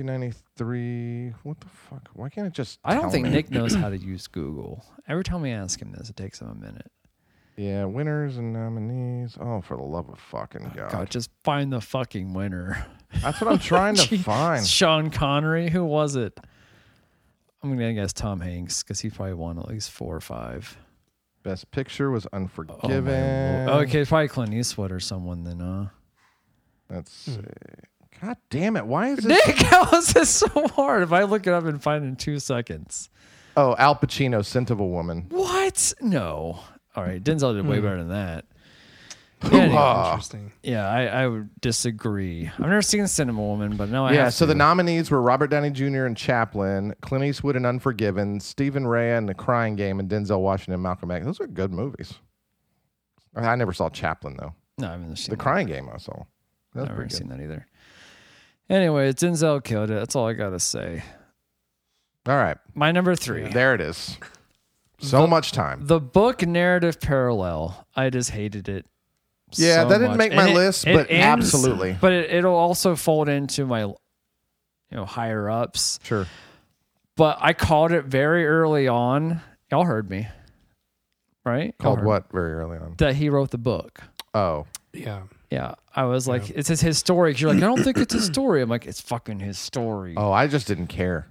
1993. What the fuck? Why can't it just? I don't tell think me? Nick [CLEARS THROAT] knows how to use Google. Every time we ask him this, it takes him a minute. Yeah, winners and nominees. Oh, for the love of fucking god! God, Oh, just find the fucking winner. That's what I'm trying [LAUGHS] to find. Sean Connery. Who was it? I'm gonna guess Tom Hanks because he probably won at least four or five. Best picture was Oh, my Unforgiven. lord. okay, it's probably Clint Eastwood or someone then. [LAUGHS] Uh, Let's see. God damn it! Why is this? Nick, how is this so hard? If I look it up and find it in two seconds, Oh, Al Pacino, Scent of a Woman. what? No. All right, Denzel did way Hmm. better than that. Hoo-ha. Interesting. Yeah, I, I would disagree. I've never seen Cinema Woman, but now I Yeah, have so to. the nominees were Robert Downey Jr. and Chaplin, Clint Eastwood and Unforgiven, Stephen Ray and The Crying Game, and Denzel Washington and Malcolm X. Those are good movies. I I never saw Chaplin though. no, I haven't seen The that. Crying Game I saw. That's I've never pretty good. seen that either. Anyway, Denzel killed it. That's all I gotta say. All right, My number three. there it [LAUGHS] is. So much time. The book narrative parallel, I just hated it. Yeah, so that didn't much. make my And it- list, it but ends- absolutely. But it, it'll also fold into my, you know, higher ups. Sure. But I called it very early on. Y'all heard me, right? Y'all Called heard- what very early on? That he wrote the book. Oh, Yeah. Yeah, I was like, it's his historic. You're like, I don't think [CLEARS THROAT] it's his story. I'm like, it's fucking his story. oh, I just didn't care.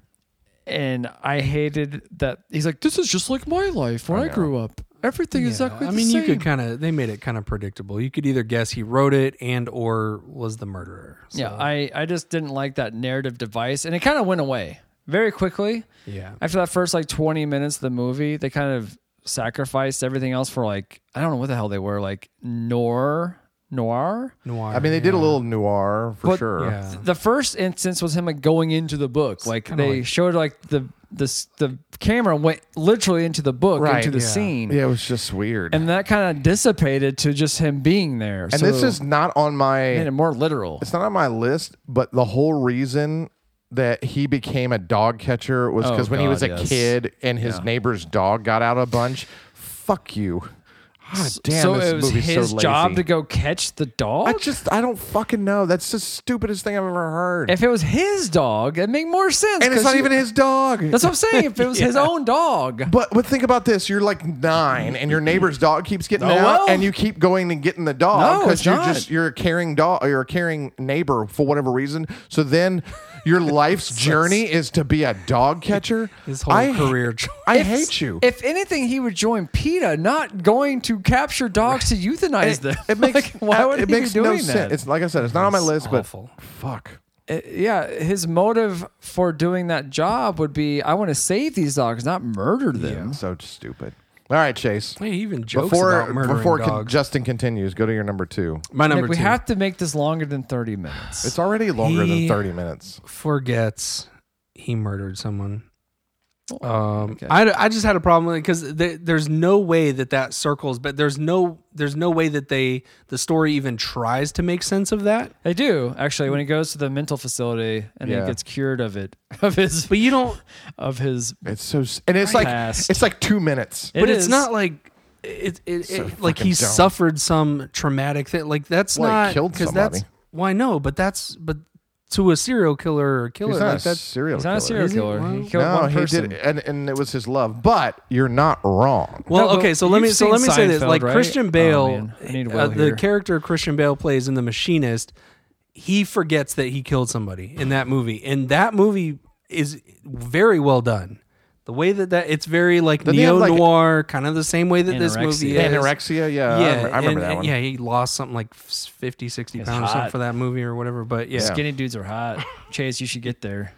and I hated that. He's like, this is just like my life when I, grew up. Everything is exactly I the mean, same. you could kind of. They made it kind of predictable. You could either guess he wrote it and or was the murderer. So, yeah, I, I just didn't like that narrative device, and it kind of went away very quickly. Yeah. After that first like 20 minutes of the movie, they kind of sacrificed everything else for like I don't know what the hell they were like noir noir. Noir. I mean, they did a little noir for But- sure. Yeah. The first instance was him like going into the book, like kinda they like- showed like the the s- the camera went literally into the book Right, into the yeah. scene, Yeah, it was just weird. And, and that kind of dissipated to just him being there. so this is not on my made it more literal. it's not on my list, but the whole reason that he became a dog catcher was Oh, because when he God, was a yes. kid and his neighbor's dog got out a bunch. Fuck you. God damn, so this it was movie's so his lazy. job to go catch the dog. I just I don't fucking know. That's the stupidest thing I've ever heard. if it was his dog, it'd make more sense. and it's 'cause not you- even his dog. That's what I'm saying. If [LAUGHS] it was his own dog, But but think about this: you're like nine, and your neighbor's dog keeps getting No, out, well. and you keep going and getting the dog No, it's you're not. just you're a caring dog, or you're a caring neighbor for whatever reason. So then, [LAUGHS] your life's journey is to be a dog catcher. His whole I- career. [LAUGHS] I If- hate you. If anything, he would join PETA, not going to capture dogs to euthanize them. it makes [LAUGHS] Like, why would it he makes be doing no that? sense. It's like I said, it's not on my list, awful. but fuck. It- yeah, his motive for doing that job would be I want to save these dogs, not murder them. So stupid. All right, Chase. He even jokes before about murdering before con- dogs. Justin continues, go to your number two. My number Nick, we two have to make this longer than 30 minutes. It's already longer than He- thirty minutes. forgets he murdered someone. Oh, Um, I, I just had a problem with it because there's no way that that circles, but there's no there's no way that they the story even tries to make sense of that. they do, actually, when he goes to the mental facility and Yeah. he gets cured of it, [LAUGHS] of his, But you don't. of his. It's so, s- and it's like Past. it's like two minutes. but [LAUGHS] It it's is. not like it. it, it like fucking he dumb. suffered some traumatic thing. Like that's Well, he not killed because that's somebody. why no. But that's but to a serial killer or killer He's not a like that's serial He's killer. not a serial Is he? killer. He, Wow. killed no, one he person. did, and and it was his love. But you're not wrong. Well, No, but okay, so let you've me so seen let me say this: Seinfeld, like right? Christian Oh, Bale, man. I need uh, Will the here. character Christian Bale plays in The Machinist, he forgets that he killed somebody in that movie, and that movie is very well done. The way that that it's very like Doesn't he have, neo like, noir, kind of the same way that this Anorexia. movie is. Anorexia, yeah, I Yeah, rem- I remember and- that and one. Yeah, he lost something like 50, 60 pounds or something hot. for that movie or whatever. But yeah, Skinny dudes are hot. Chase, you should get there.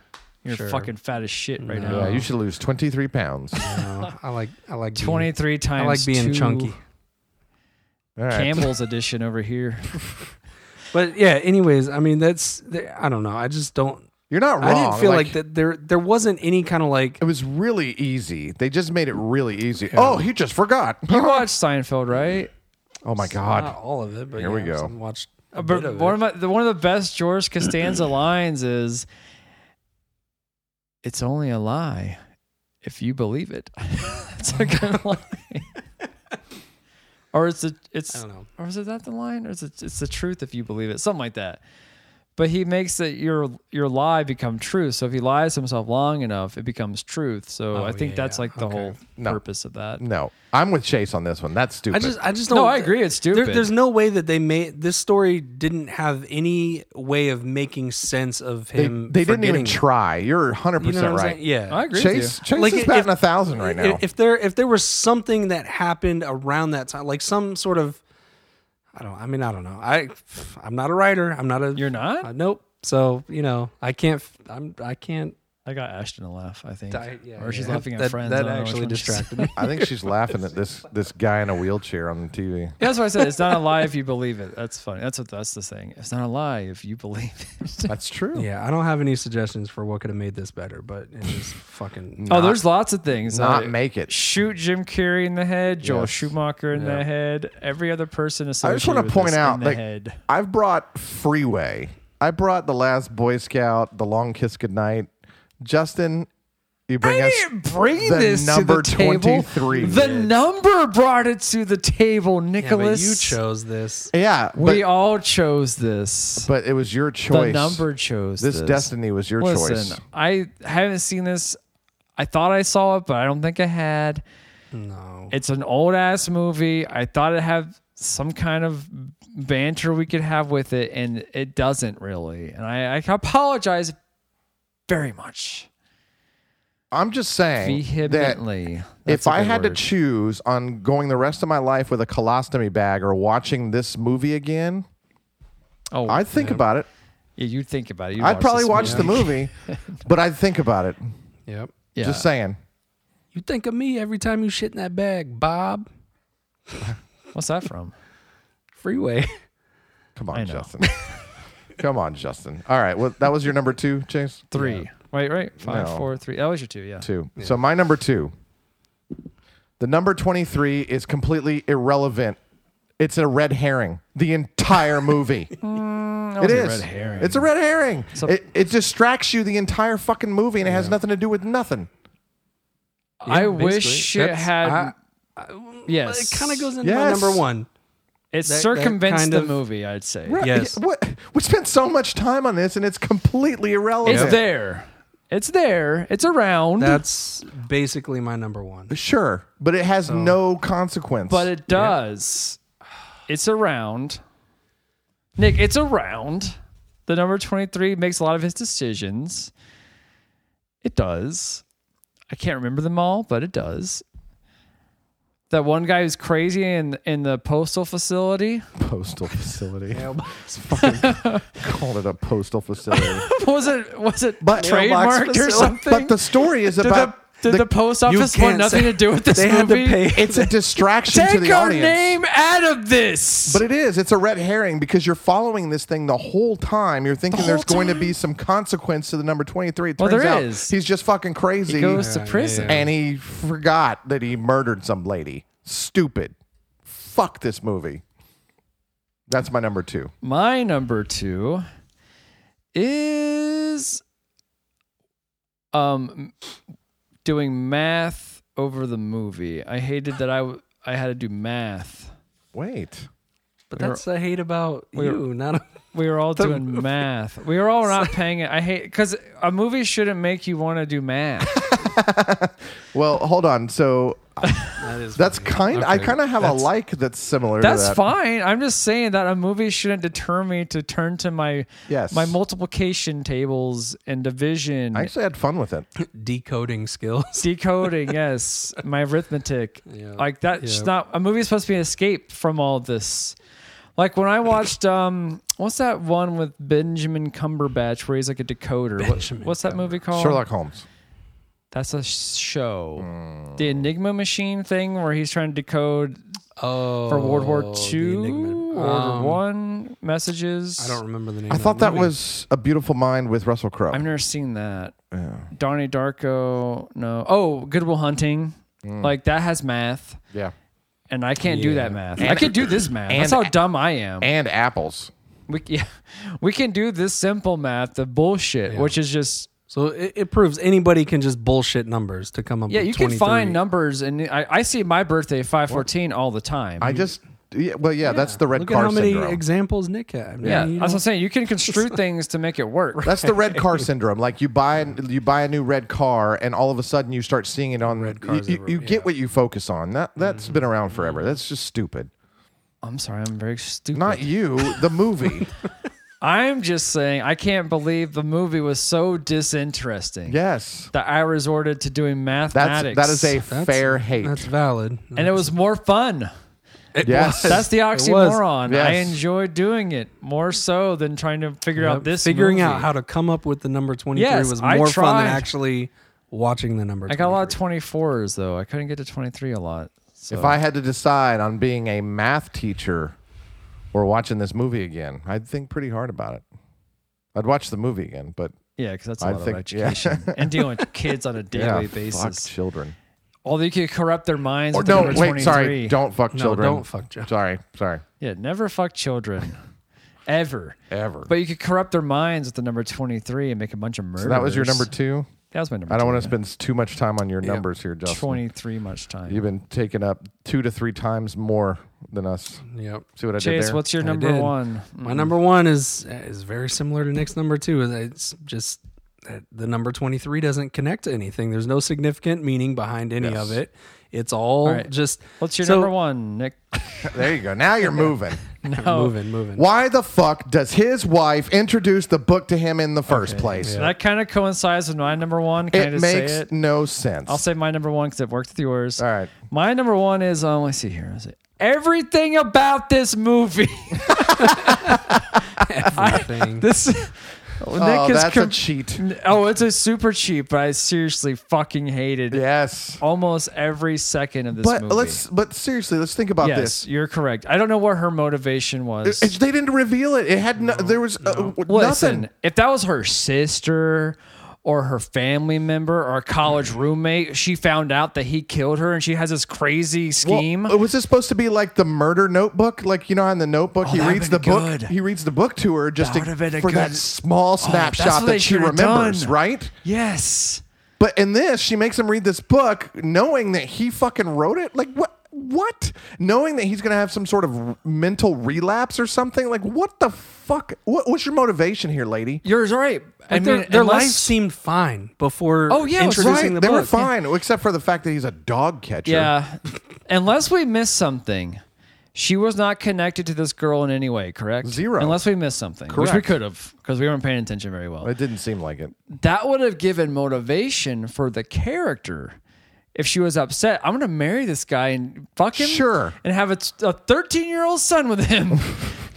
You're fucking fat as shit right now. Yeah, you should lose 23 [LAUGHS] pounds. no, I like I like being- 23 times I like being two chunky. All right. Campbell's edition [LAUGHS] over here. But yeah, anyways, I mean that's I don't know. I just don't. You're not wrong. I didn't feel like, that there there wasn't any kind of like It was really easy. They just made it really easy. Oh, he just forgot. [LAUGHS] You watched Seinfeld, right? oh my not god. all of it, but Here we yeah, go. some watched a bit But of one it. of my, the, one of the best [CLEARS THROAT] George Costanza lines is, "It's only a lie if you believe it." [LAUGHS] it's [LAUGHS] a good line. or it's a it's I don't know. or is it that the line or is it it's the truth if you believe it something like that. But he makes that your your lie become truth. So if he lies to himself long enough, it becomes truth. So Oh, I think yeah, that's yeah. like the Okay. whole No. purpose of that. No, I'm with Chase on this one. That's stupid. I just I just No, don't. I agree, it's there- stupid. there's no way that they made this story didn't have any way of making sense of they, him. they didn't even forgetting. try. You're 100 You know what percent I'm right. saying? Yeah, I agree with you. Chase, Chase Like, is if- batting a thousand right I- now. If there if there was something that happened around that time, like some sort of, I don't. I mean, I don't know. I I'm not a writer. I'm not a. You're not? uh, nope. So you know, I can't. f- I'm. I can't. I got Ashton to laugh. I think, I- yeah, or she's yeah. laughing at That- friends. I That don't know which actually one she's- distracted me. I think she's laughing at this this guy in a wheelchair on the [LAUGHS] TV. Yeah, [LAUGHS] That's what I said. It's not a lie if you believe it. That's funny. That's what that's the thing. It's not a lie if you believe it. That's true. Yeah, I don't have any suggestions for what could have made this better, but it just fucking. oh, there's lots of things. Not Uh, make it. Shoot Jim Carrey in the head, Joel Yes. Schumacher in the head, every other person I associated. just want to with point this out in the like head. I've brought Freeway. I brought The Last Boy Scout, The Long Kiss Goodnight. Justin, you bring us Bring the this number to the table. 23. The number brought it to the table, Yeah, but Nicholas. you chose this. yeah, We but, all chose this. but it was your choice. The number chose this, this. destiny was your Listen, choice. I haven't seen this. I thought I saw it, but I don't think I had. No. It's an old ass movie. I thought it had some kind of banter we could have with it, and it doesn't really. And I, I apologize very much. I'm just saying that Vehemently. That's if a I good had to word. choose on going the rest of my life with a colostomy bag or watching this movie again, oh, I'd think about it. yeah, you'd think about it. You'd I'd probably this watch the movie, but I'd think about [LAUGHS] it. Yep. Yeah. Just saying. You think of me every time you shit in that bag, Bob. What's that from? Freeway. [LAUGHS] Come I on, [LAUGHS] know. Justin. Come on, Justin. All right. Well, that was your number two, Chase. Three. Wait, right? Five, No. four, three. That was your two, yeah. Two. So my number two. The number 23 is completely irrelevant. It's a red herring. The entire movie. it a is. red herring. It's a red herring. a- it, it distracts you the entire fucking movie and it has nothing to do with nothing. I Yeah, wish basically. it That's- had. I- yes. It kind of goes into my Yes. number one. It that circumvents kind the of- movie, I'd say. Right. Yes. What? We spent so much time on this and it's completely irrelevant. It's there. It's there. It's around. That's basically my number one. Sure, but it has no consequence. Oh. but it does. It's around. Nick, it's around. The number 23 makes a lot of his decisions. It does. I can't remember them all, but it does. That one guy who's crazy in in the postal facility. [LAUGHS] postal facility. It's fucking [LAUGHS] called it a postal facility. was it was it But- trademarked or facility. something? But the story is [LAUGHS] did the, about did the, post office want can't nothing say- to do with this they movie? had to [LAUGHS] pay- it's [LAUGHS] a distraction to Take the our audience. name out of this. But it is. It's a red herring because you're following this thing the whole time. You're thinking whole there's going to time? be some consequence to the number 23. It Well, turns there out is. He's just fucking crazy. he goes Yeah, to yeah, prison. yeah. and he forgot that he murdered some lady. Stupid. Fuck this movie. That's my number two. My number two is um doing math over the movie. I hated that I w- I had to do math. Wait. But that's I hate about you, not We were all doing math. We [LAUGHS] were all not paying it. I hate because a movie shouldn't make you want to do math. Well, hold on. So [LAUGHS] that is that's kind. I kind of have a like that's similar. That's to that. fine. I'm just saying that a movie shouldn't deter me to turn to my Yes. my multiplication tables and division, I actually had fun with it. decoding [LAUGHS] skills. decoding. yes, my arithmetic. Yeah. Like that's Yeah. not a movie's supposed to be an escape from all this. Like when I watched um, what's that one with Benjamin Cumberbatch where he's like a decoder? What- Benjamin what's that movie called? Sherlock Holmes. That's a sh- show. The Enigma Machine thing where he's trying to decode Oh, for World War the II, Enigma. World Um, War One messages. I don't remember the name. I of thought that movie. was a beautiful mind with Russell Crowe. I've never seen that. Donnie Darko, no. Oh, Goodwill Hunting, Mm. like that has math, yeah. and I can't do Yeah. that math. I can do this math. That's how and- dumb I am. And apples. we yeah, [LAUGHS] we can do this simple math, the bullshit, which is just So it, it proves anybody can just bullshit numbers to come up. yeah. with You can 23. find numbers, and I, I see my birthday five fourteen all the time. I just. Yeah, well, yeah, that's the red Look at car how many syndrome. examples Nick had. I mean, yeah, you that's what I'm don't- saying. You can construe things to make it [LAUGHS] work. that's the [LAUGHS] red car syndrome. Like you buy you buy a new red car, and all of a sudden you start seeing it on red cars Mm-hmm. You, you, you everywhere, get what you focus on. That that's been around forever. That's just [LAUGHS] stupid. I'm sorry, I'm very stupid. Not you, the [LAUGHS] movie. I'm just saying I can't believe the movie was so disinteresting. yes, That I resorted to doing that's mathematics. that is a That's- fair hate. That's valid. and it was more fun. yes, That's the was. oxymoron. Yes. I enjoy doing it more so than trying to figure out this. figuring out movie. how to come up with the number 23 Yes, was I more fun than tried. actually watching the number I got a lot of twenty fours though. I couldn't get to twenty three a lot. So. If I had to decide on being a math teacher or watching this movie again, I'd think pretty hard about it. I'd watch the movie again, but yeah, because that's a I lot think- of education [LAUGHS] and dealing with kids on a yeah, daily fuck basis. children. Although you could corrupt their minds. with no, number wait, sorry, 23. don't fuck No, children. don't fuck children. Sorry, sorry, Yeah, never fuck children, ever. ever. But you could corrupt their minds with the number twenty three and make a bunch of murders. so that was your number two. That was my number. I don't want to spend too much time on your numbers here, Justin. twenty three much time. You've been taking up two to three times more than us. Yep. See what I did Chase, there? what's your I number did. one? My number one is is very similar to Nick's number two. It's just that the number twenty three doesn't connect to anything. There's no significant meaning behind any of it. It's all, right. just. What's your so- number one, Nick? [LAUGHS] there you go. Now you're moving. No. Moving, moving. Why the fuck does his wife introduce the book to him in the first place? That kind of coincides with my number one. Can I It just makes say it? no sense. I'll say my number one because it worked with yours. All right. My number one is um. Let's see here. Is it everything about this movie? [LAUGHS] [LAUGHS] Everything. this oh, Nick is that's a com- cheat. oh, it's a super cheap, but I seriously fucking hated Yes. almost every second of this But movie. let's but seriously, let's think about yes, this. you're correct. I don't know what her motivation was. It- they didn't reveal it. It had no, there was uh, w- Listen, nothing. if that was her sister or her family member or a college roommate, she found out that he killed her and she has this crazy scheme. Well, uh, oh. was this supposed to be like the murder notebook? Like you know, in the notebook, he that'd reads the Oh, been book. good. He reads the book to her just to, That would've been a for that good- small Oh, that's snapshot what they that she should've remembers, done. right? yes. But in this, she makes him read this book, knowing that he fucking wrote it. Like what? What? Knowing that he's gonna have some sort of mental relapse or something. Like what the fuck? What, what's your motivation here, lady? Yours are right. I Like, mean, their, their unless- life seemed fine before Oh, yeah, it's introducing right. the they book. were fine, except for the fact that he's a dog catcher. Yeah. Unless we miss something, she was not connected to this girl in any way, correct? Zero. Unless we missed something, which we Correct. could have because we weren't paying attention very well. It didn't seem like it. that would have given motivation for the character if she was upset. I'm going to marry this guy and fuck him. Sure. And have a 13 year old son with [LAUGHS] him.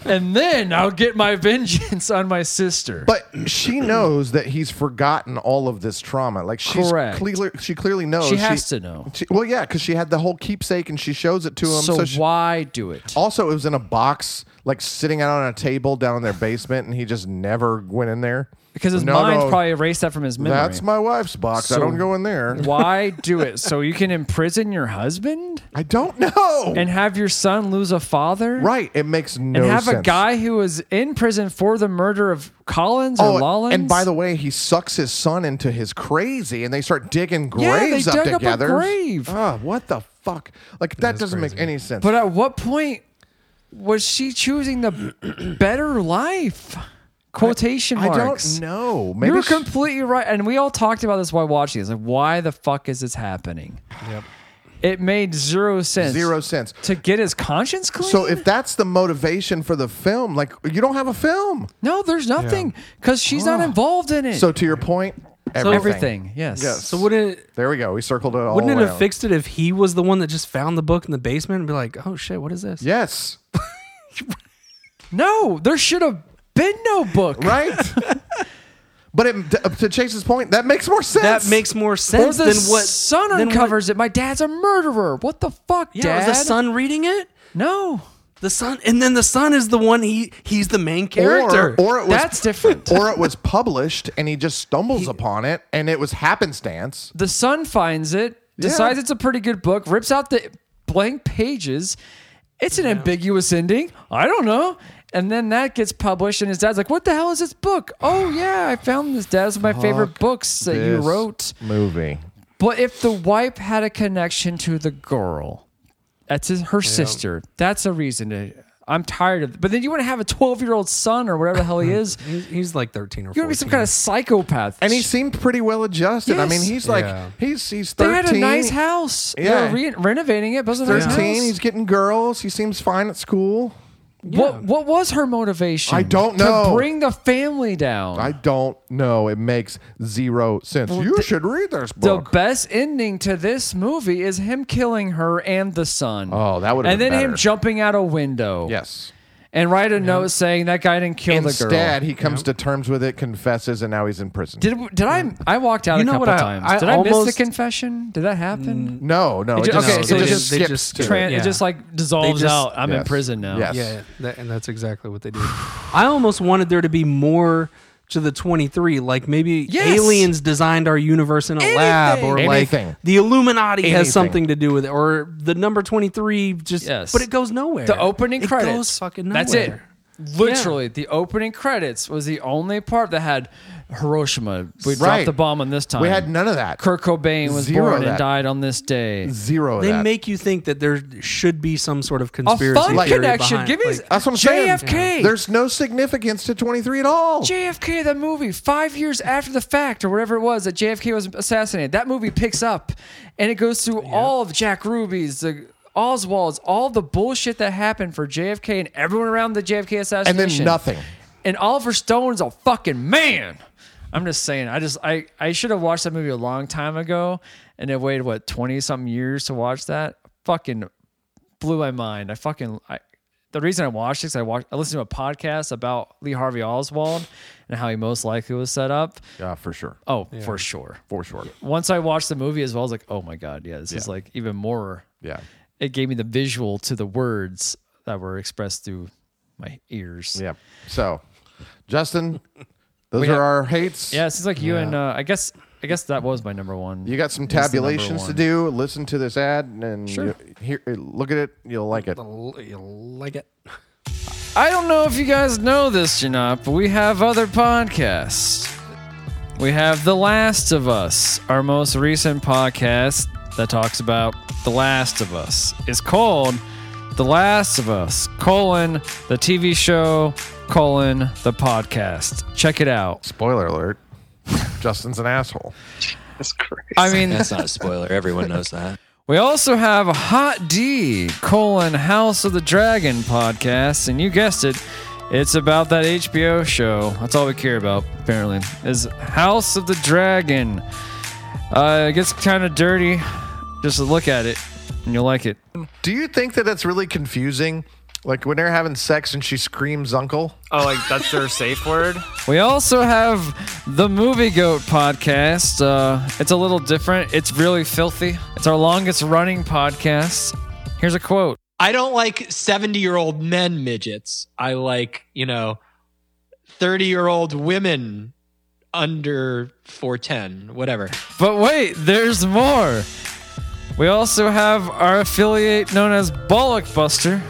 and then I'll get my vengeance on my sister. But [CLEARS THROAT] she knows that he's forgotten all of this trauma. Like she's Correct. clearly, she clearly knows. She has to know. she- well, yeah, because she had the whole keepsake and she shows it to him. so, she- why do it? also, it was in a box, like sitting out on a table down in their basement, and he just never went in there Because his No, mind no, probably erased that from his memory. That's my [LAUGHS] wife's box. I So- don't go in there. why do it? So you can imprison your husband? I don't know. and have your son lose a father right? It makes no and have sense. a guy who was in prison for the murder of collins or Oh, Lollins. and by the way, he sucks his son into his crazy, and they start digging Yeah, they graves up dug up a together. grave. Ah, what the fuck? Like that, doesn't make any sense. but at what point was she choosing the better life quotation I marks don't know. Maybe you're she- completely right and we all talked about this while watching this like why the fuck is this happening it made zero sense zero sense. to get his conscience clean So if that's the motivation for the film, like you don't have a film. no there's nothing because she's not involved in it Ah. So to your point, everything. everything yes Yes. So wouldn't it, There we go. We circled it all. wouldn't it have around. fixed it if he was the one that just found the book in the basement and be like, oh shit, what is this? Yes. no there should have been no book Right. [LAUGHS] but it, uh, to Chase's point, that makes more sense. That makes more Or sense the than what son than what- uncovers it. My dad's a murderer. What the fuck, Yeah, dad? was the son reading it? No, The son, and then the son is the one he he's the main character. Or, or it was that's [LAUGHS] different. or it was published and he just stumbles upon it and it was happenstance. the son finds it, decides Yeah. it's a pretty good book, rips out the blank pages. It's an ambiguous ending. I don't know. And then that gets published, and his dad's like, "What the hell is [SIGHS] this book? Oh yeah, I found this. Dad's one of my favorite books that you This wrote." movie. But if the wife had a connection to the girl, that's his, her sister. That's a reason to. I'm tired of. But then you want to have a 12 year old son or whatever the [LAUGHS] hell he is. he's, he's like thirteen or You're gonna be some kind of psychopath. And he seemed pretty well adjusted. I Yes. mean, he's like Yeah. he's he's they thirteen. had a nice house. Yeah. They're re- renovating it. But it was a nice house. Thirteen. He's getting girls. He seems fine at school. What what was her motivation? I don't know. To bring the family down. I don't know. It makes zero sense. you should read this the book. best ending to this movie is him killing her and the son. Oh, that would've And been then better. him jumping out a window. yes. And write a note saying that guy didn't kill the girl. Instead, he comes to terms with it, confesses, and now he's in prison. Did did I? I walked out You a know couple what I- times. I did I miss almost- the confession? Did that happen? no, no. It ju- just, okay, it so just they just- they skipped just to it. Tran- Mm, Yeah. It just like dissolves just- out. I'm in Yes. prison now. Yes. yeah, that, and that's exactly what [SIGHS] they do. I almost wanted there to be more to the 23 like maybe Yes. aliens designed our universe in a lab or Anything. like Anything. the illuminati Anything. has something to do with it or the number 23 just Yes. but it goes nowhere The opening it credits. goes fucking nowhere That's it. Literally, the opening credits was the only part that had Hiroshima. We Right. dropped the bomb on this time. We had none of that. Kurt Cobain was Zero born that. and died on this day. zero. of they that. make you think that there should be some sort of A conspiracy fun Like- theory connection. behind- Give me like- That's what I'm saying. JFK. There's no significance to 23 at all. JFK, that movie, five years after the fact or whatever it was that JFK was assassinated, that movie picks up and it goes through all of Jack Ruby's, the Oswald's, all the bullshit that happened for JFK and everyone around the JFK assassination. nothing. And Oliver Stone's a fucking man. I'm just saying, I just I I should have watched that movie a long time ago and it waited what 20 something years to watch that. Fucking blew my mind. I fucking I, the reason I watched it is I watched I listened to a podcast about Lee Harvey Oswald and how he most likely was set up. yeah, for sure. Oh, for sure. For sure. Once I watched the movie as well, I was like, oh my god, yeah, this is like even more. Yeah. It gave me the visual to the words that were expressed through my ears. [LAUGHS] Yeah. So, Justin, Those We are have- our hates. Yeah, it seems like you and uh, I guess I guess that was my number one. You got some It's the number tabulations to one. do. Listen to this ad and Sure. you- here, look at it. You'll like it. You like it? I don't know if you guys know this or not, but we have other podcasts. We have The Last of Us, our most recent podcast that talks about The Last of Us. It's called The Last of Us, colon, the TV show, colon, the podcast. Check it out. Spoiler [LAUGHS] alert. Justin's an asshole. That's crazy. I mean, That's not a spoiler. Everyone knows that. [LAUGHS] We also have a Hot D colon House of the Dragon podcast, and you guessed it, it's about that HBO show. That's all we care about, apparently, is House of the Dragon. Uh, it gets kind of dirty. Just look at it, and you'll like it. Do you think that that's really confusing? Like when they're having sex and she screams uncle? Oh, like that's their safe word. We also have the Movie Goat podcast. Uh, it's a little different. It's really filthy. It's our longest running podcast. Here's a quote. I don't like 70 year old men midgets. I like, you know, 30 year old women under 410, whatever. But wait, there's more. We also have our affiliate known as Bollock Buster.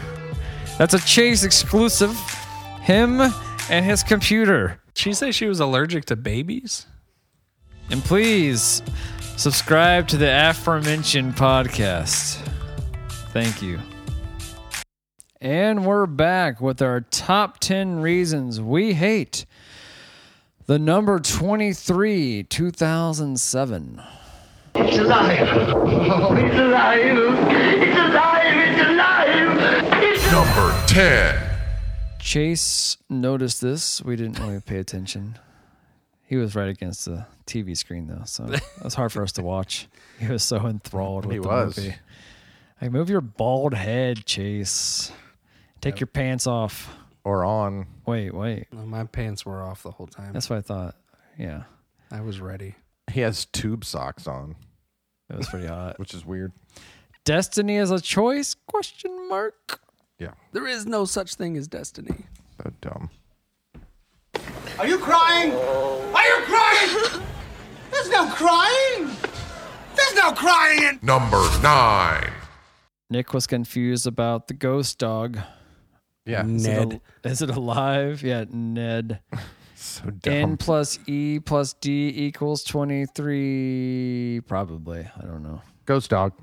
That's a Chase exclusive. Him and his computer. She say she was allergic to babies. And please subscribe to the aforementioned podcast. Thank you. And we're back with our top 10 reasons we hate the number 23, 2007. It's alive. Oh, it's alive. It's alive. It's alive. It's alive. Number 10. Chase noticed this. We didn't really pay attention. He was right against the TV screen though, so it was hard for us to watch. He was so enthralled with He the was. movie. Hey, move your bald head, Chase. Take your pants off. Or on. Wait, wait. No, my pants were off the whole time. That's what I thought. Yeah, I was ready. He has tube socks on, it was pretty hot. which is weird. Destiny is a choice? Question mark. Yeah. There is no such thing as destiny. So dumb. Are you crying? Are you crying? There's no crying. There's no crying in. Number 9. Nick was confused about the ghost dog. Yeah. Is it, al- is it alive? Yeah, Ned. So dumb. N plus E plus D equals 23. Probably. I don't know. Ghost dog.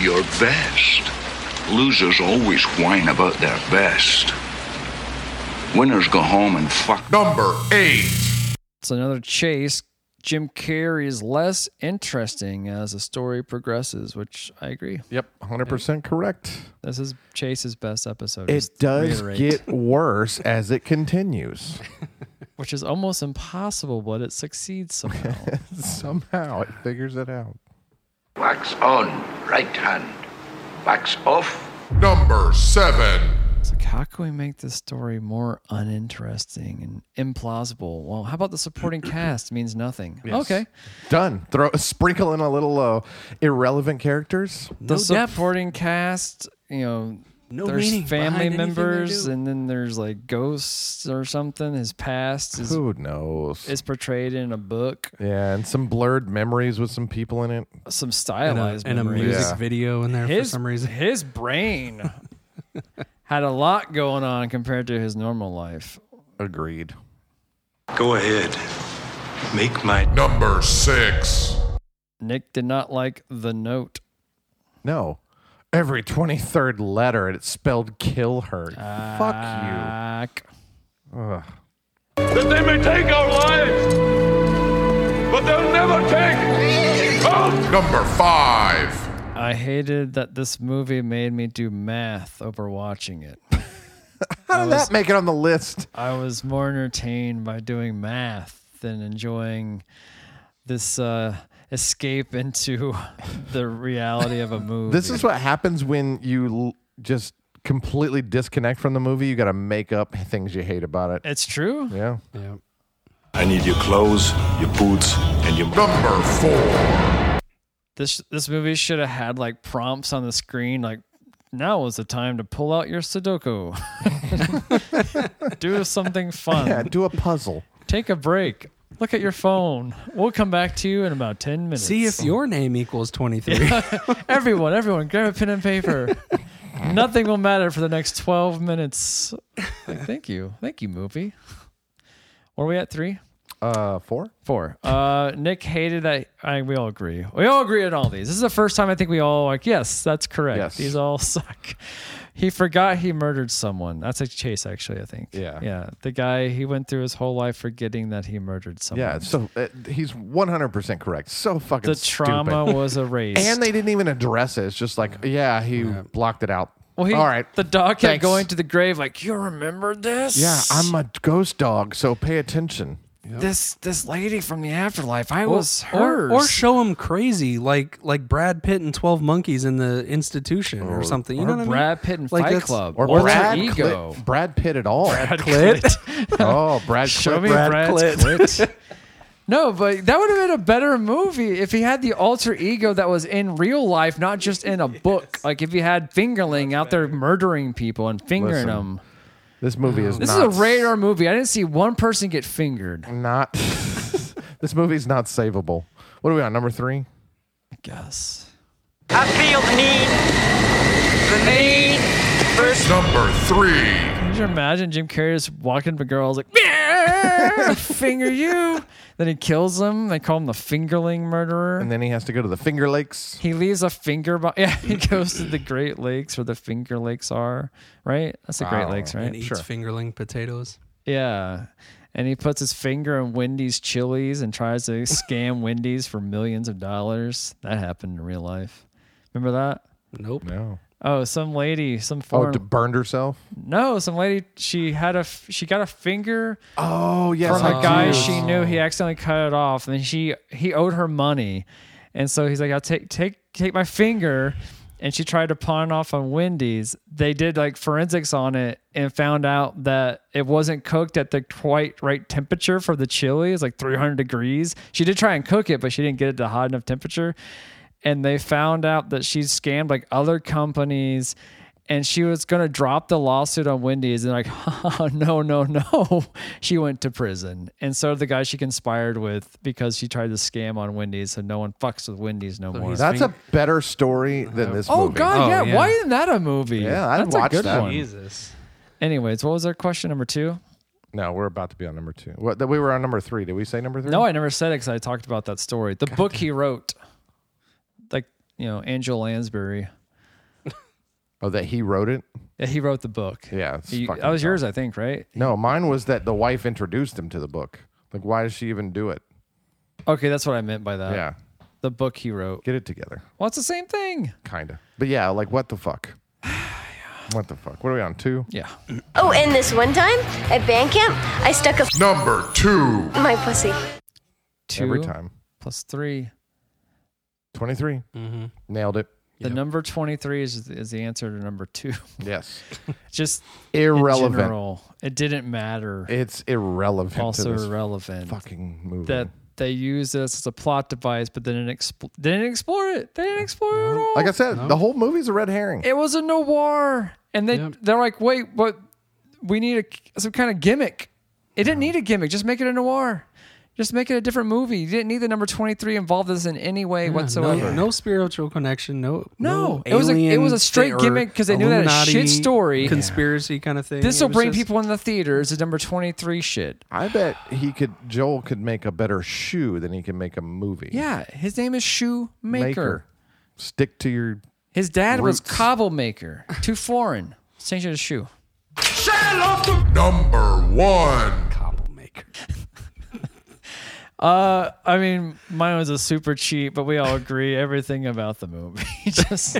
Your best. Losers always whine about their best. Winners go home and fuck. Number 8. It's another chase. Jim Carrey is less interesting as the story progresses, which I agree. Yep. 100% correct. This is Chase's best episode. It Just does reiterate. get worse as it continues. which is almost impossible, but it succeeds somehow. [LAUGHS] Somehow it figures it out. Wax on, right hand. Wax off, Number 7. it's like, how can we make this story more uninteresting and implausible? Well, how about the supporting cast means nothing? Okay. Done. Throw sprinkle in a little uh, irrelevant characters. the supporting cast, you know, No there's meaning family behind anything they members, do. and then there's like ghosts or something. His past is Who knows? is portrayed in a book, yeah, and some blurred memories with some people in it. some And a, stylized and a memories. music Yeah. video in there His for [LAUGHS] some reason. his [LAUGHS] brain had a lot going on compared to his normal life. Agreed. Go ahead. Make my Number 6. Nick did not like the note. No. Every 23rd letter, it's spelled kill her. Fuck. Fuck you. Ugh. That they may take our lives, but they'll never take our Number 5. I hated that this movie made me do math over watching it. How did that make it on the list? I was more entertained by doing math than enjoying this uh, escape into [LAUGHS] the reality [LAUGHS] of a movie. This is what happens when you l- just completely disconnect from the movie. You got to make up things you hate about it. it's true. Yeah. Yeah. I need your clothes, your boots, and your Number 4. This this movie should have had like prompts on the screen, like Now is the time to pull out your Sudoku. [LAUGHS] Do something fun. Yeah, do a puzzle. Take a break. Look at your phone. We'll come back to you in about 10 minutes. See if your name equals 23. everyone, everyone, grab a pen and paper. Nothing will matter for the next 12 minutes. Like, thank you. Thank you, movie. Were we at three? Uh, four. Four. Uh, Nick hated that. I, we all agree. We all agree on all these. This is the first time I think we all like. Yes, that's correct. Yes. These all [LAUGHS] suck. He forgot he murdered someone. That's a chase, actually. I think. Yeah. Yeah. The guy he went through his whole life forgetting that he murdered someone. Yeah, it's so uh, he's 100% correct. So fucking The trauma stupid. was erased. And they didn't even address it. It's just like, yeah, he blocked it out. Well, he, All right. The dog kept Thanks. going to the grave like, "You remember this? yeah, I'm a ghost dog, so pay attention. this this lady from the afterlife. I [LAUGHS] Or- was or, hers." or show him crazy like like Brad Pitt and 12 Monkeys in the institution or, something. You or know what Brad I Pitt mean? and Like, Fight that's- Club. Or, Or their Brad ego. Clit- Brad Pitt at all. Brad Clit. [LAUGHS] oh, [LAUGHS] Brad Show Clit. me Brad Brad Clit. [LAUGHS] Clit. No, but that would have been a better movie if he had the alter ego that was in real life, not just in a book. Like if he had fingerling out there murdering people and fingering Listen, them. This movie is This not, is a radar movie. I didn't see one person get fingered. Not. [LAUGHS] this movie's not savable. What are we on? Number three? I guess. I feel the need, the need for Number three. Can you imagine Jim Carrey just walking up to girls like, [LAUGHS] "Yeah, finger you? Then he kills them. They call him the fingerling murderer. And then he has to go to the Finger Lakes. He leaves a finger. Bo- [LAUGHS] yeah, [LAUGHS] he goes to the Great Lakes where the Finger Lakes are. Right? That's the Great Wow. Lakes, right? And eats fingerling potatoes. Yeah. And he puts his finger in Wendy's chilies and tries [LAUGHS] to scam Wendy's for millions of dollars. That happened in real life. Remember that? Nope. No. Oh, some lady, some Oh, foreign. d- burned herself? no, some lady. She had a. f- She got a finger Oh, yes. from I a guy do. she knew. He accidentally cut it off, and then she he owed her money, and so he's like, "I'll take take take my finger." And she tried to pawn off on Wendy's. They did like forensics on it and found out that it wasn't cooked at the quite right temperature for the chili. It's like 300 degrees. She did try and cook it, but she didn't get it to high enough temperature. And they found out that she scammed like other companies and she was going to drop the lawsuit on Wendy's and like, [LAUGHS] "Oh, no, no, no. [LAUGHS] She went to prison. And so did the guy she conspired with because she tried to scam on Wendy's. So no one fucks with Wendy's no more. That's a better story than this oh, movie. God. Oh, yeah. yeah. Why isn't that a movie? Yeah, I'd That's watch a good that. one. Jesus. Anyways, what was our question number two? No, we're about to be on number two. What, that we were on number three. Did we say number three? No, I never said it because I talked about that story. The book he wrote, like, you know, Angela Lansbury. Oh, that he wrote it. Yeah, he wrote the book. Yeah, it's You- fucking that was yours, I think, right? No, mine was that the wife introduced him to the book. Like, why does she even do it? Okay, that's what I meant by that. yeah, The book he wrote. get it together, Well, it's the same thing. kinda. But yeah, like, what the fuck? [SIGHS] What the fuck? What are we on two? Yeah. Oh, and this one time at band camp, I stuck a f- Number two. my pussy. Two Every time, plus three. twenty-three. Mm-hmm. Nailed it. The number 23 is, is the answer to number two. [LAUGHS] Yes, Just [LAUGHS] in irrelevant. general, it didn't matter. it's irrelevant. to also this irrelevant fucking movie. that they use this as a plot device, but they didn't, expl- they didn't explore it. They didn't explore it at all. like I said, the whole movie's a red herring. it was a noir and they they're like wait but we need a some kind of gimmick it didn't need a gimmick just make it a noir just make it a different movie you didn't need the number 23 involved this in any way No, whatsoever no spiritual connection. No, No, it was a- it alien was a straight or gimmick 'cause they knew that Illuminati shit story. conspiracy kind of thing. this It will was bring just- people in the theaters the number 23 shit I bet he could. Joel could make a better shoe than he can make a movie. yeah his name is shoemaker maker. Stick to your his dad was Roots. cobble maker too foreign change it to shoe Number one. Cobble maker. uh i mean mine was a super cheap but we all agree everything about the movie [LAUGHS] just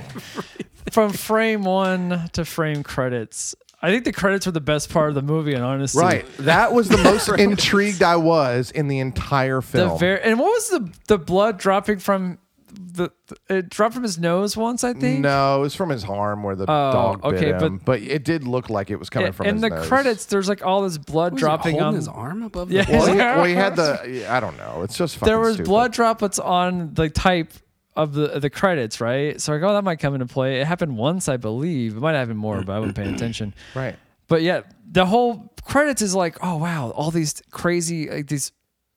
from frame one to frame credits. I think the credits were the best part of the movie, and honestly, Right. That was the [LAUGHS] most intrigued I was in the entire The film. very and what was the the blood dropping from the it dropped from his nose once, I think. no, it was from his arm where the dog bit Oh, okay, him, but, it did look like it was coming from in his the nose. credits, there's like all this blood Was he dropping holding on his arm above. Yeah. The Well, he, well, he had the. I don't know. It's just fucking There was stupid. blood droplets on the type of the of the credits, right? So I go, oh, that might come into play. It happened once, I believe. It might happen more, but I [CLEARS THROAT] wasn't paying attention. Right. But yeah, the whole credits is like, oh wow, all these crazy, like these,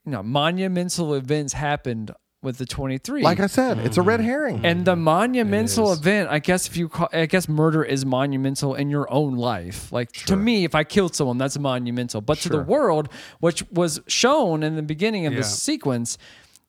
you know, monumental events happened with the twenty three. Like I said, it's a red herring. Mm-hmm. And the monumental event, I guess if you call, I guess murder is monumental in your own life. Like to me, if I killed someone, that's monumental. But to the Sure. world, which was shown in the beginning of Yeah. the sequence,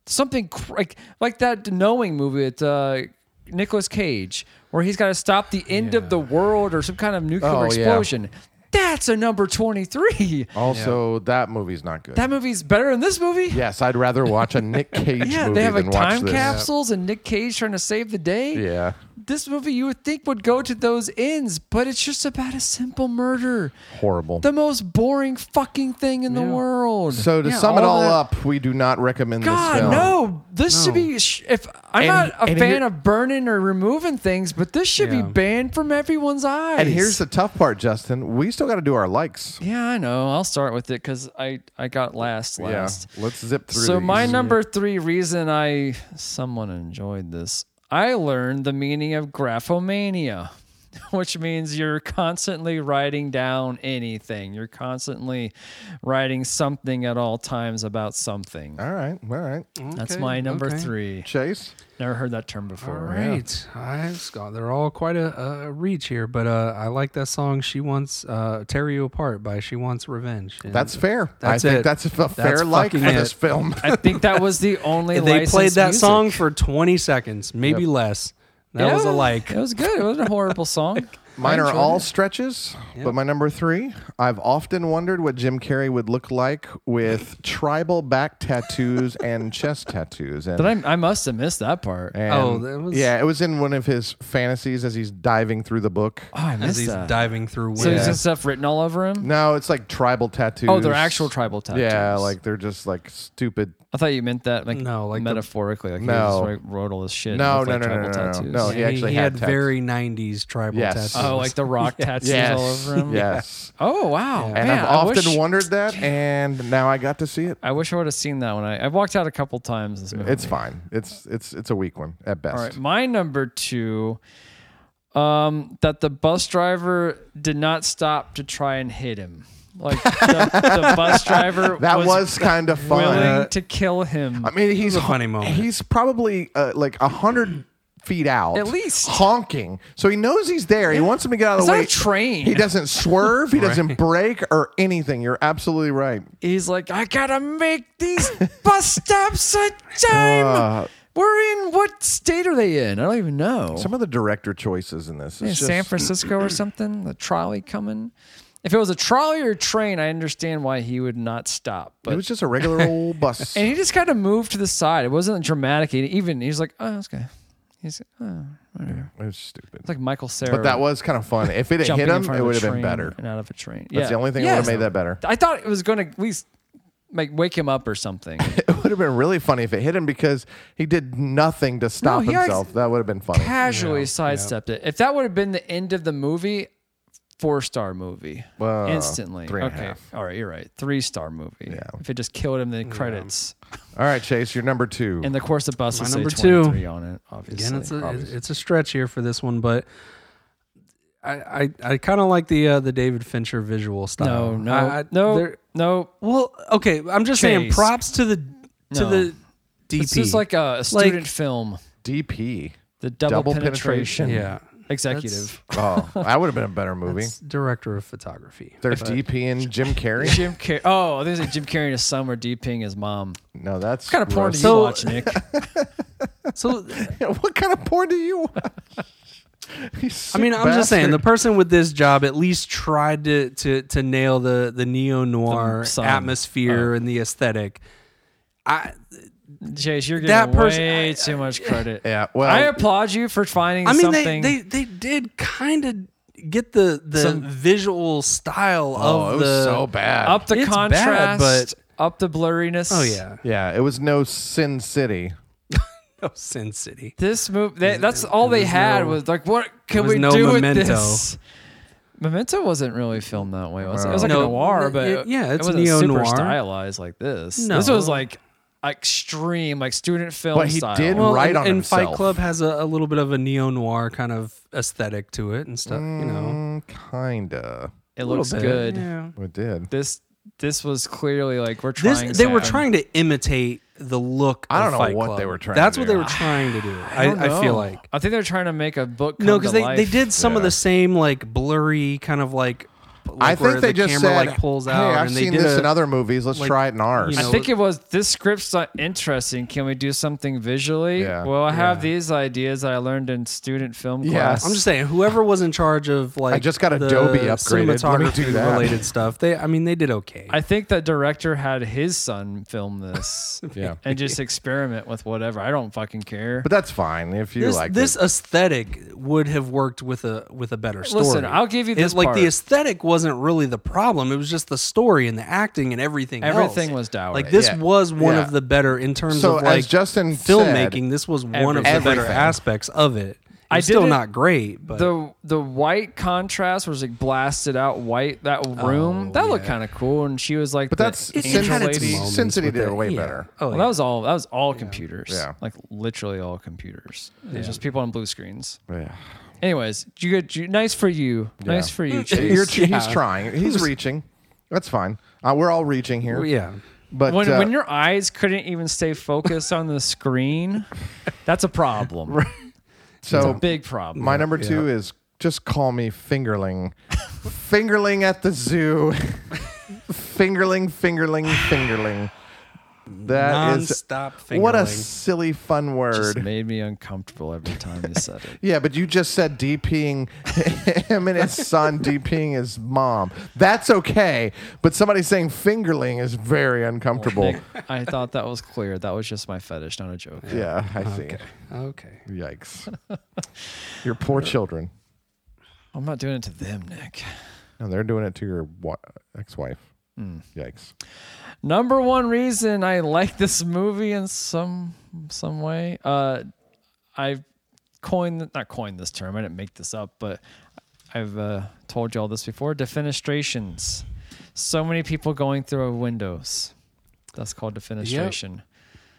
something cr- like like that knowing movie with uh, Nicolas Cage, where he's got to stop the end of the world or some kind of nuclear Oh, yeah. Oh. explosion. That's a number twenty three. Also, that movie's not good. That movie's better than this movie. yes, I'd rather watch a [LAUGHS] Nick Cage Yeah, movie they have than like watch time this. capsules and Nick Cage trying to save the day. Yeah. This movie you would think would go to those ends, but it's just about a simple murder. Horrible. The most boring fucking thing in the world. So to Yeah, sum it all that- up, we do not recommend this God, film. no. This should be. sh- If I'm And- not a and fan here- of burning or removing things, but this should Yeah. be banned from everyone's eyes. And here's the tough part, Justin. We still got to do our likes. Yeah, I know. I'll start with it because I I got last last. Yeah, let's zip through. So these. my number three reason I someone enjoyed this. I learned the meaning of graphomania, [LAUGHS] which means you're constantly writing down anything. You're constantly writing something at all times about something. All right, all right. That's Okay, my number okay. three. Chase, never heard that term before. All right, I've got. They're all quite a, a reach here, but uh, I like that song. She wants uh, tear you apart by She Wants Revenge. And That's fair. That's I it. think that's a fair like fucking for it. this [LAUGHS] film. I think that was [LAUGHS] the only. they played licensed that music. song for 20 seconds, maybe Yep. less. That was a [LAUGHS] Yeah, like. It was good. It wasn't a horrible [LAUGHS] song. Mine I are enjoyed all it. stretches, but my number three, I've often wondered what Jim Carrey would look like with tribal back tattoos and chest tattoos. And, Did I? I must have missed that part. and- Oh, that was- yeah, it was in one of his fantasies as he's diving through the book. Oh, I As missed he's that. diving through so he's windows. got stuff written all over him. No, it's like tribal tattoos. Oh, they're actual tribal tattoos. Yeah, like they're just like stupid. I thought you meant that like No, like the- metaphorically, like he No. just wrote- wrote all this shit. and No, looked no, like no, no, tribal no, no, tattoos. no. oh, He Yeah, actually had, had tats. very 90s tribal Yes. tattoos. Oh, like [LAUGHS] the rock tattoos all over him. Yes. Oh wow, And man! I've I often wish, wondered [LAUGHS] that, and now I got to see it. I wish I would have seen that one. I, I've walked out a couple times this movie. It's fine. It's it's it's a weak one at best. All right, my number two, um, that the bus driver did not stop to try and hit him. Like the, the [LAUGHS] bus driver That was, was, [LAUGHS] kind of willing fun. Uh, to kill him. I mean, he's Uh, a funny moment. He's probably uh, like a hundred feet out, At least. honking. So he knows he's there. He wants him to get out of It's the not a way. train. He doesn't swerve. [LAUGHS] He doesn't brake or anything. You're absolutely right. He's like, I gotta make [LAUGHS] these bus stops a time. Uh, We're in what state are they in? I don't even know. Some of the director choices in this. Yeah, Is San just- [CLEARS THROAT] Francisco or something. The trolley coming. If it was a trolley or a train, I understand why he would not stop. But It was just a regular old [LAUGHS] bus. and he just kind of moved to the side. It wasn't dramatic. He even he's like, oh, that's okay. He's oh, whatever. it was stupid. It's like Michael Sarah. But that was kind of fun. If it had hit jumping in him, front it of a would have been train better. And out of a train. That's the only thing that would have made that better. I thought it was going to at least like wake him up or something. It would have been really funny if it hit him because he did nothing to stop he himself. that would have been funny. casually sidestepped it. If that would have been the end of the movie, four star movie. Well, Instantly. three and a okay. half. All right, you're right. Three star movie. Yeah. If it just killed him, the credits. All right, Chase, you're number two. And of course, the bus My would say number two. 23 on it, obviously. Again, it's a, obviously. it's a stretch here for this one, but I I, I kind of like the uh, the David Fincher visual style. no, no, uh, I- I- no, there- no. Well, okay, I'm just saying Chase. props to the to No. the DP. This is like a student film. DP. The Double double, penetration. penetration. yeah, Executive. [LAUGHS] Oh, that would have been a better movie. That's director of photography. They're DPing Jim Carrey. [LAUGHS] Jim Carrey. Oh, there's a Jim Carrey and his son were DPing his mom. No, that's What kind of porn do gross. you So- watch, Nick? So [LAUGHS] what kind of porn do you watch? [LAUGHS] You [LAUGHS] I sick mean, I'm just saying the bastard. person with this job at least tried to to to nail the the Uh, neo noir The sun. atmosphere and the aesthetic. I Chase, you're getting That person- way I- too much credit. Yeah, well- I applaud you for finding I mean, they, something. they they did kind of get the the Some- visual style Oh, it of was the so bad. up the It's bad, contrast, but- up the blurriness. oh yeah yeah, it was no Sin City. oh Sin City. this movie. They, that's all they was had no- was like, what can was we no do Memento. with this? Memento wasn't really filmed that way. Was it? it was like No. a noir, It- but it- yeah, it's it wasn't super neo-noir. stylized like this. No. This was like extreme, like student film But he style. did Well, write and, on and Fight himself. Club has a, a little bit of a neo noir kind of aesthetic to it and stuff. you know, Mm, kinda. It looks good. It did. This this was clearly like we're This, trying. they were something. trying to imitate the look. I of don't know Fight what Club. they were trying That's to what do. they were trying to do. [SIGHS] I, don't I, feel know. like I think they're trying to make a book. Come no, because to they, life. they did some of the same like blurry kind of like. I think like where they the just camera, said, like pulls "Hey, out. I've and seen they did this a- in other movies. Let's try it in ours." I think it was this script's not interesting. Can we do something visually? Well, I have these ideas that I learned in student film class. I'm just saying, whoever was in charge of like just got the Adobe upgraded. Let me cinematography do that. related stuff. They, I mean, they did okay. I think the director had his son film this, [LAUGHS] Yeah. [LAUGHS] and just experiment with whatever. I don't fucking care. But that's fine if this, this aesthetic would have worked with a with a better story. Listen, I'll give you this It's like part. the aesthetic wasn't really the problem. It was just the story and the acting and everything. else. Everything was dour. Like this Yeah. was one Yeah. of the better in terms So of as like Justin filmmaking. said, this was one of the everything. better aspects of it. I It's still didn't- not great, but the the white contrast was like blasted out white. That Oh, room that looked kind of cool, and she was like, but that's- the it angel had its lady. moments Sin City with did it. it way Yeah. better. Oh, well, yeah. that was all. That was all computers. Yeah. like literally all computers. It Yeah. was just people on blue screens. Yeah. Anyways, you good? you- nice for you. Nice [LAUGHS] for you. Chase. You're- He's trying. He's reaching. That's fine. Uh, we're all reaching here. Well, yeah. But when, uh, when your eyes couldn't even stay focused on the screen, that's a [LAUGHS] problem. so it's a big problem. My number two is just call me fingerling. fingerling at the zoo. fingerling, fingerling, fingerling. That is Non-stop What a fingerling. silly fun Just word. made me uncomfortable every time you [LAUGHS] said it. Yeah, but you just said DPing [LAUGHS] him and his son, DPing his mom. That's okay, but somebody saying fingerling is very [LAUGHS] uncomfortable. Nick, I thought that was clear. That was just my fetish, not a joke. Yeah, I see. Okay. [LAUGHS] Yikes. Your poor children. I'm not doing it to them, Nick. No, they're doing it to your wa- ex-wife. Hmm. Yikes. Number one reason I [LAUGHS] like this movie in some some way, uh, I've coined not coined this term. I didn't make this up, but I've uh, told you all this before. Defenestrations. So many people going through windows. That's called defenestration.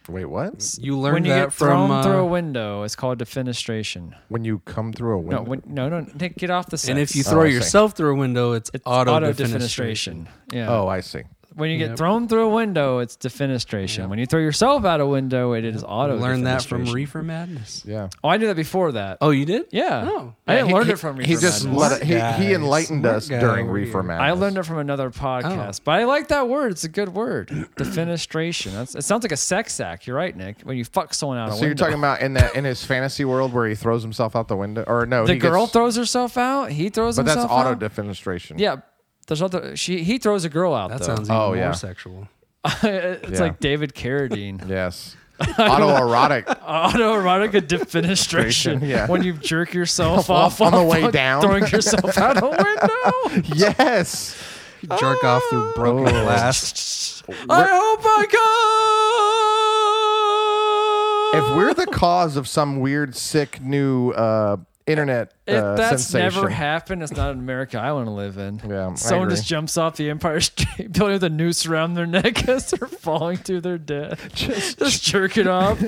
Wait, what? you learned when you that get from thrown through a uh, window, it's called defenestration. When you come through a No, window. when, no, no, Nick, get off the set. and if you throw Oh, I see. yourself through a window, it's, auto auto-defenestration. defenestration. Yeah. Oh, I see. when you get Yep. thrown through a window, it's defenestration. When you throw yourself out a window, it is auto. Learned that from Reefer Madness. Yeah. Oh, I knew that before that. Oh, you did? Yeah. Oh. I didn't He- learn he- it from Reefer he just Madness. let it, he, he enlightened Smart us guy during over Reefer here. Man. I learned it from Oh. another podcast, but I like that word. It's a good word. [CLEARS THROAT] defenestration. That's, it sounds like a sex act. You're right, Nick. When you fuck someone out a So window. you're talking about in that in his fantasy world where he throws himself out the window, or no? the he girl gets, throws herself out. He throws but that's himself auto out. defenestration. Yeah. There's other. She he throws a girl out. That though. sounds even Oh, more yeah. sexual. [LAUGHS] it's Yeah. like David Carradine. [LAUGHS] Yes. Autoerotic. [LAUGHS] Autoerotic defenestration. Yeah. When you jerk [LAUGHS] yourself Off off, on the while way fuck- down. throwing yourself out a window. [LAUGHS] yes. Oh. Jerk off through broken glass. I hope I If we're Oh. the cause of some weird, sick new uh, internet go. If uh, that's sensation, never happened, it's not an America I want to live in. Yeah, I Someone agree. just jumps off the Empire State [LAUGHS] Building with a noose around their neck [LAUGHS] as they're falling to their death. [LAUGHS] Just, [LAUGHS] jerking off.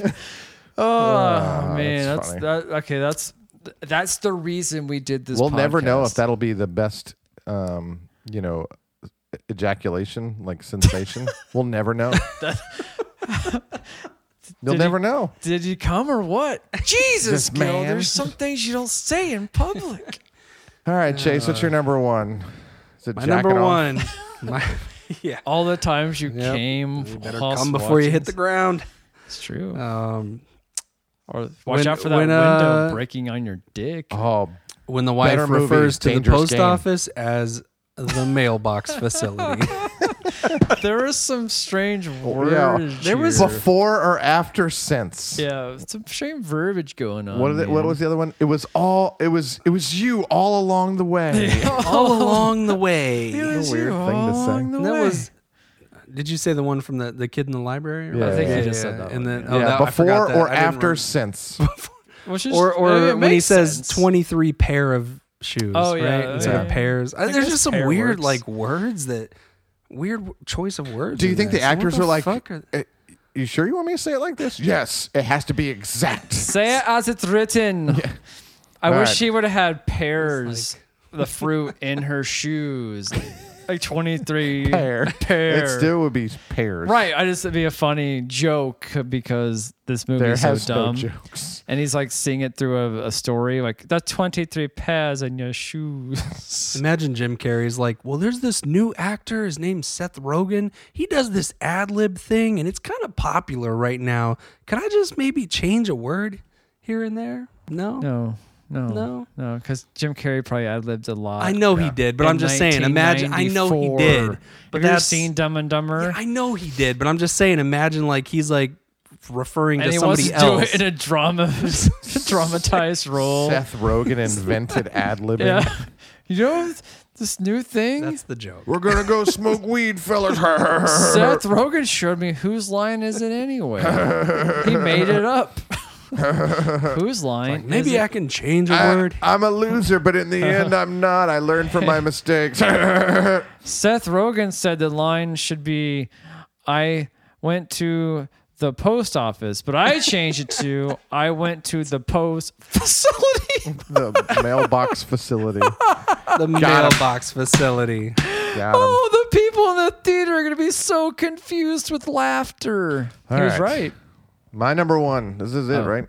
Oh man, Ah, that's that's, that. Okay, that's that's the reason we did this. we'll never know podcast. if that'll be the best, um, you know, ejaculation like [LAUGHS] sensation. we'll never know. You'll Did never he- know. Did you come or what? [LAUGHS] Jesus, This Gil, man. there's some things you don't say [LAUGHS] in public. All right, Chase, what's your number one? Is it My jacking number off? one. My, yeah. All the times you came, You better whilst come before you hit the watching- ground. It's true. Um, or watch when- out for that when, window uh, breaking on your dick. Oh, when the wife Better movie, refers to the Dangerous post Game. office as the mailbox facility. there is some strange words. Oh, yeah. There was before or after since. yeah, some strange verbiage going on. What, did it- what man. was the other one? It was all. It was. It was you all along the way. All along the way. It That was weird you thing to all say. along the way. was. Did you say the one from the, the kid in the library? Yeah, I think you just said that one, And then yeah. [LAUGHS] oh, yeah, that- I before forgot that. or I didn't after remember. since. Which is- or I mean, or it when he makes says sense. 23 pair of shoes Oh, yeah, right instead yeah. of pairs I Uh, there's guess just some pair weird works. like words that weird w- choice of words Do you in think the this. What actors the were like? fuck are- "Eh, You sure you want me to say it like this? Yes, it has to be exact. [LAUGHS] Say it as it's written. I All right. wish she would have had pears, the fruit in her shoes. Like [LAUGHS] 23 pear. It still would be pears. Right. I just, it'd be a funny joke because this movie There is so has no dumb. jokes. And he's like seeing it through a, a story like, the 23 pears in your shoes. [LAUGHS] Imagine Jim Carrey's like, well, there's this new actor. His name's Seth Rogen. He does this ad lib thing, and it's kind of popular right now. Can I just maybe change a word here and there? No. No, no, No? no, because Jim Carrey probably ad libbed a lot. I know he did, but In I'm just saying. Imagine. I know he 1994. did, but Have you ever that's seen Dumb and Dumber? I know he did, but I'm just saying. Imagine like he's like referring and to he somebody wants to do else. it in a drama, [LAUGHS] dramatized role. Seth [LAUGHS] Rogen invented ad libbing. yeah, [LAUGHS] you know this new thing. That's the joke. We're gonna go smoke weed, [LAUGHS] fellas. [LAUGHS] Seth Rogen showed me whose line is it anyway. he made it up. whose line? Like, maybe I can change a I, word. I'm a loser, but in the end, I'm not. I learned from [LAUGHS] my mistakes. Seth Rogen said the line should be I went to the post office, but I changed it to I went to the post facility. the mailbox facility. ah, The mailbox facility. Got 'em. [LAUGHS] oh, the people in the theater are going to be so confused with laughter. All he was right. right. My number one. This is it, Oh. right?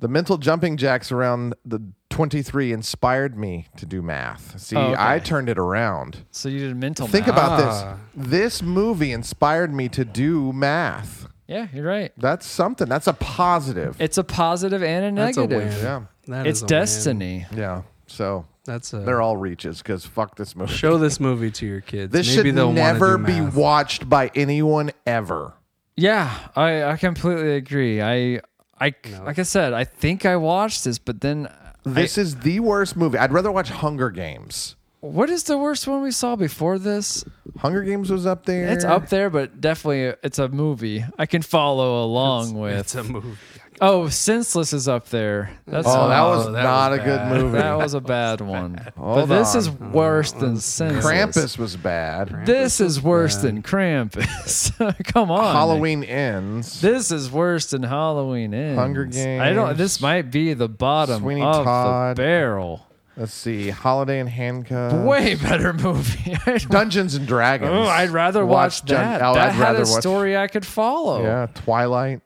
The mental jumping jacks around the 23 inspired me to do math. See, Oh, okay. I turned it around. So you did a mental Think math. about Ah. this. This movie inspired me to do math. Yeah, you're right. That's something. That's a positive. It's a positive and a That's a negative. win. yeah. That It's is a win. destiny. Yeah. So That's a. they're all reaches because fuck this movie. Show this movie to your kids. this Maybe should they'll wanna never do be math. watched by anyone ever. Yeah, I, I completely agree. I I like I said, I think I watched this, but then This is the worst movie. I'd rather watch Hunger Games. what is the worst one we saw before this? Hunger Games was up there. It's up there, but definitely it's a movie I can follow along with. It's a movie. oh, Senseless is up there. That's Oh, that was Oh, that not was a bad. good movie. that was a bad one. but Hold this is on. worse than [LAUGHS] Senseless. Krampus was bad. This is worse than Krampus. [LAUGHS] Come on. Halloween ends. This is worse than Halloween Ends. Hunger I don't. Games. This might be the bottom Sweeney of Todd. the barrel. Let's see. Holiday in Handcuffs. Way better movie. [LAUGHS] I'd- Uh, Dungeons and Dragons. Oh, I'd rather watch, Dun- that. oh, that I'd had rather a watch. story I could follow. Yeah, Twilight.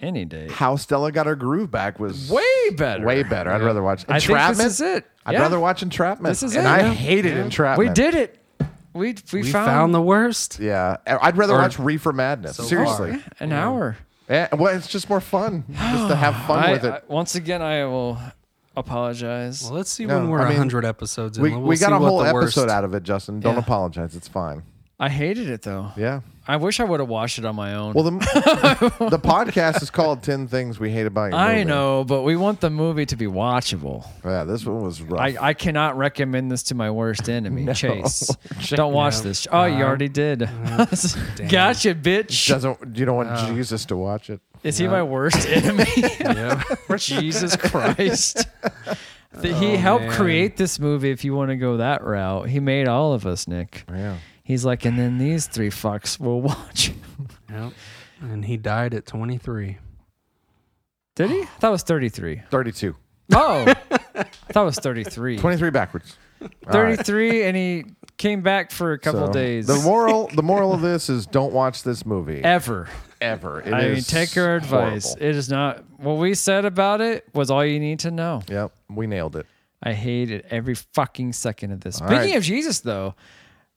Any day. How Stella Got Her Groove Back was Way better. way better. I'd rather watch I Entrapment. think this is it. I'd Yeah. rather watch Entrapment. This is and it. I Yeah. hated Entrapment. We did it. We we, We found, found, the worst. Yeah, I'd rather Or- watch Reefer Madness. Seriously, an hour. yeah, well, it's just more fun just to have fun I, with it. I- once again, I will apologize. Well, let's see No, when we're I mean, 100 episodes in. we We'll we got see a what whole the episode worst- out of it, Justin. Don't Yeah. apologize. It's fine. I hated it though. Yeah. I wish I would have watched it on my own. Well, the [LAUGHS] the podcast is called 10 Things We Hate About Your I Movie." know, but we want the movie to be watchable. Yeah, this one was rough. I, I cannot recommend this to my [LAUGHS] worst enemy, Chase. Don't watch this. Oh, you already did. [LAUGHS] gotcha, bitch. Doesn't you don't want Uh. Jesus to watch it? Is he [LAUGHS] my worst enemy? [LAUGHS] [LAUGHS] Jesus Christ. That he Oh, helped man. create this movie if you want to go that route. He made all of us, Nick. Yeah. He's like, and then these three fucks will watch. [LAUGHS] Yep. And he died at 23. Did he? That [LAUGHS] was 33. 32. Oh, that was 33. 23 backwards. All right. 33, and he came back for a couple So, days. The moral the moral of this is don't watch this movie Ever. ever. It I mean, is take our advice. horrible. It is not what we said about it was all you need to know. Yep, we nailed it. I hated every fucking second of this. All Speaking right. of Jesus, though,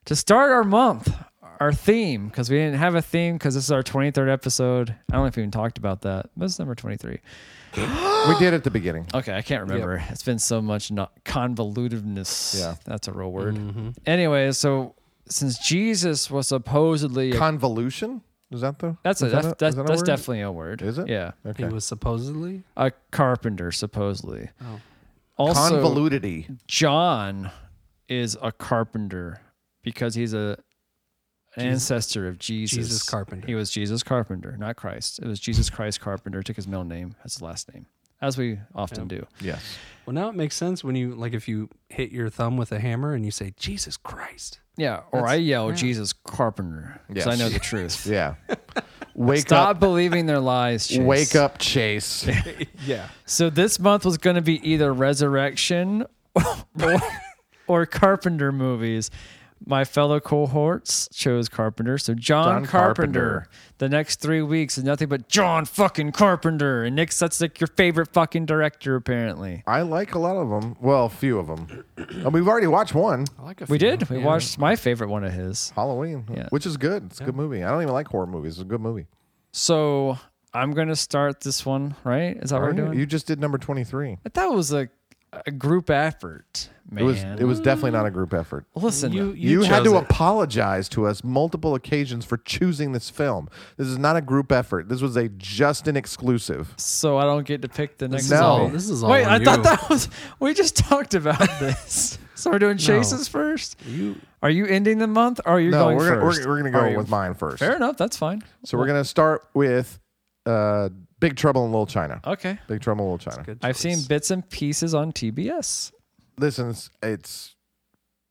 to start our month, our theme, because we didn't have a theme, because this is our 23rd episode. I don't know if we even talked about that. But it's number 23. We did at the beginning. Okay, I can't remember. It's been so much not convolutiveness. Yeah. Mm-hmm. That's a real word. Anyway, so since Jesus was supposedly. a- Convolution? Is that the that's a, is that that's, is that that's word? definitely a word. Is it? Yeah. Okay. He was supposedly. A carpenter, supposedly. Oh. Also, Convolutity. John is a carpenter because he's a an ancestor of Jesus. Jesus Carpenter. He was Jesus Carpenter, not Christ. It was Jesus Christ Carpenter. Took his middle name as his last name, as we often do. Yes. Well, now it makes sense when you, like, if you hit your thumb with a hammer and you say, Jesus Christ. Yeah, or I That's- yell yeah. Jesus Carpenter because I know the truth. yeah. Wake Stop up. believing their lies. Chase. Wake up, Chase. yeah. So this month was going to be either Resurrection [LAUGHS] or, or Carpenter movies. My fellow cohorts chose Carpenter. So John, John Carpenter. Carpenter. The next three weeks is nothing but John fucking Carpenter. And Nick, that's like your favorite fucking director, apparently. I like a lot of them. Well, a few of them. And we've already watched one. I like We did. We watched my favorite one of his. Halloween, which is good. It's a good movie. I don't even like horror movies. It's a good movie. So I'm going to start this one, right? Is that what Are we're you- doing? You just did number 23. But that was a, a group effort, man. It was it was definitely not a group effort. Listen, you, You, had to apologize to us multiple occasions for choosing this film. This is not a group effort. This was a Justin exclusive. so I don't get to pick the next. is all- movie. this is all Wait, on I thought you. that was. We just talked [LAUGHS] about this. so we're doing chases first. You Are you ending the month? Or are you no, going we're gonna, 1st we're, we're gonna Are go you- with mine first. Fair enough. That's fine. So we're gonna start with uh, Big Trouble in Little China. Okay. Big Trouble in Little China. I've seen bits and pieces on TBS. Listen, it's, it's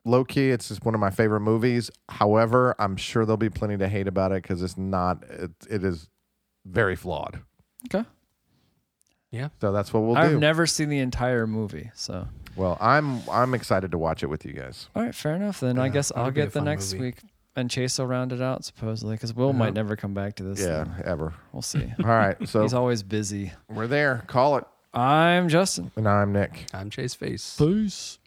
low key. It's just one of my favorite movies. However, I'm sure there'll be plenty to hate about it because it's not. It, it is very flawed. Okay. Yeah. So that's what we'll I've do. never seen the entire movie, so well, I'm I'm excited to watch it with you guys. all right, fair enough. Then I Yeah, guess I'll that'll be a get the fun next movie. week, and Chase will round it out supposedly because Will Yeah. might never come back to this. Yeah, thing. ever. [LAUGHS] We'll see. All right, so- he's always busy. We're there. Call it. I'm Justin. And I'm Nick. I'm Chase Face. Peace.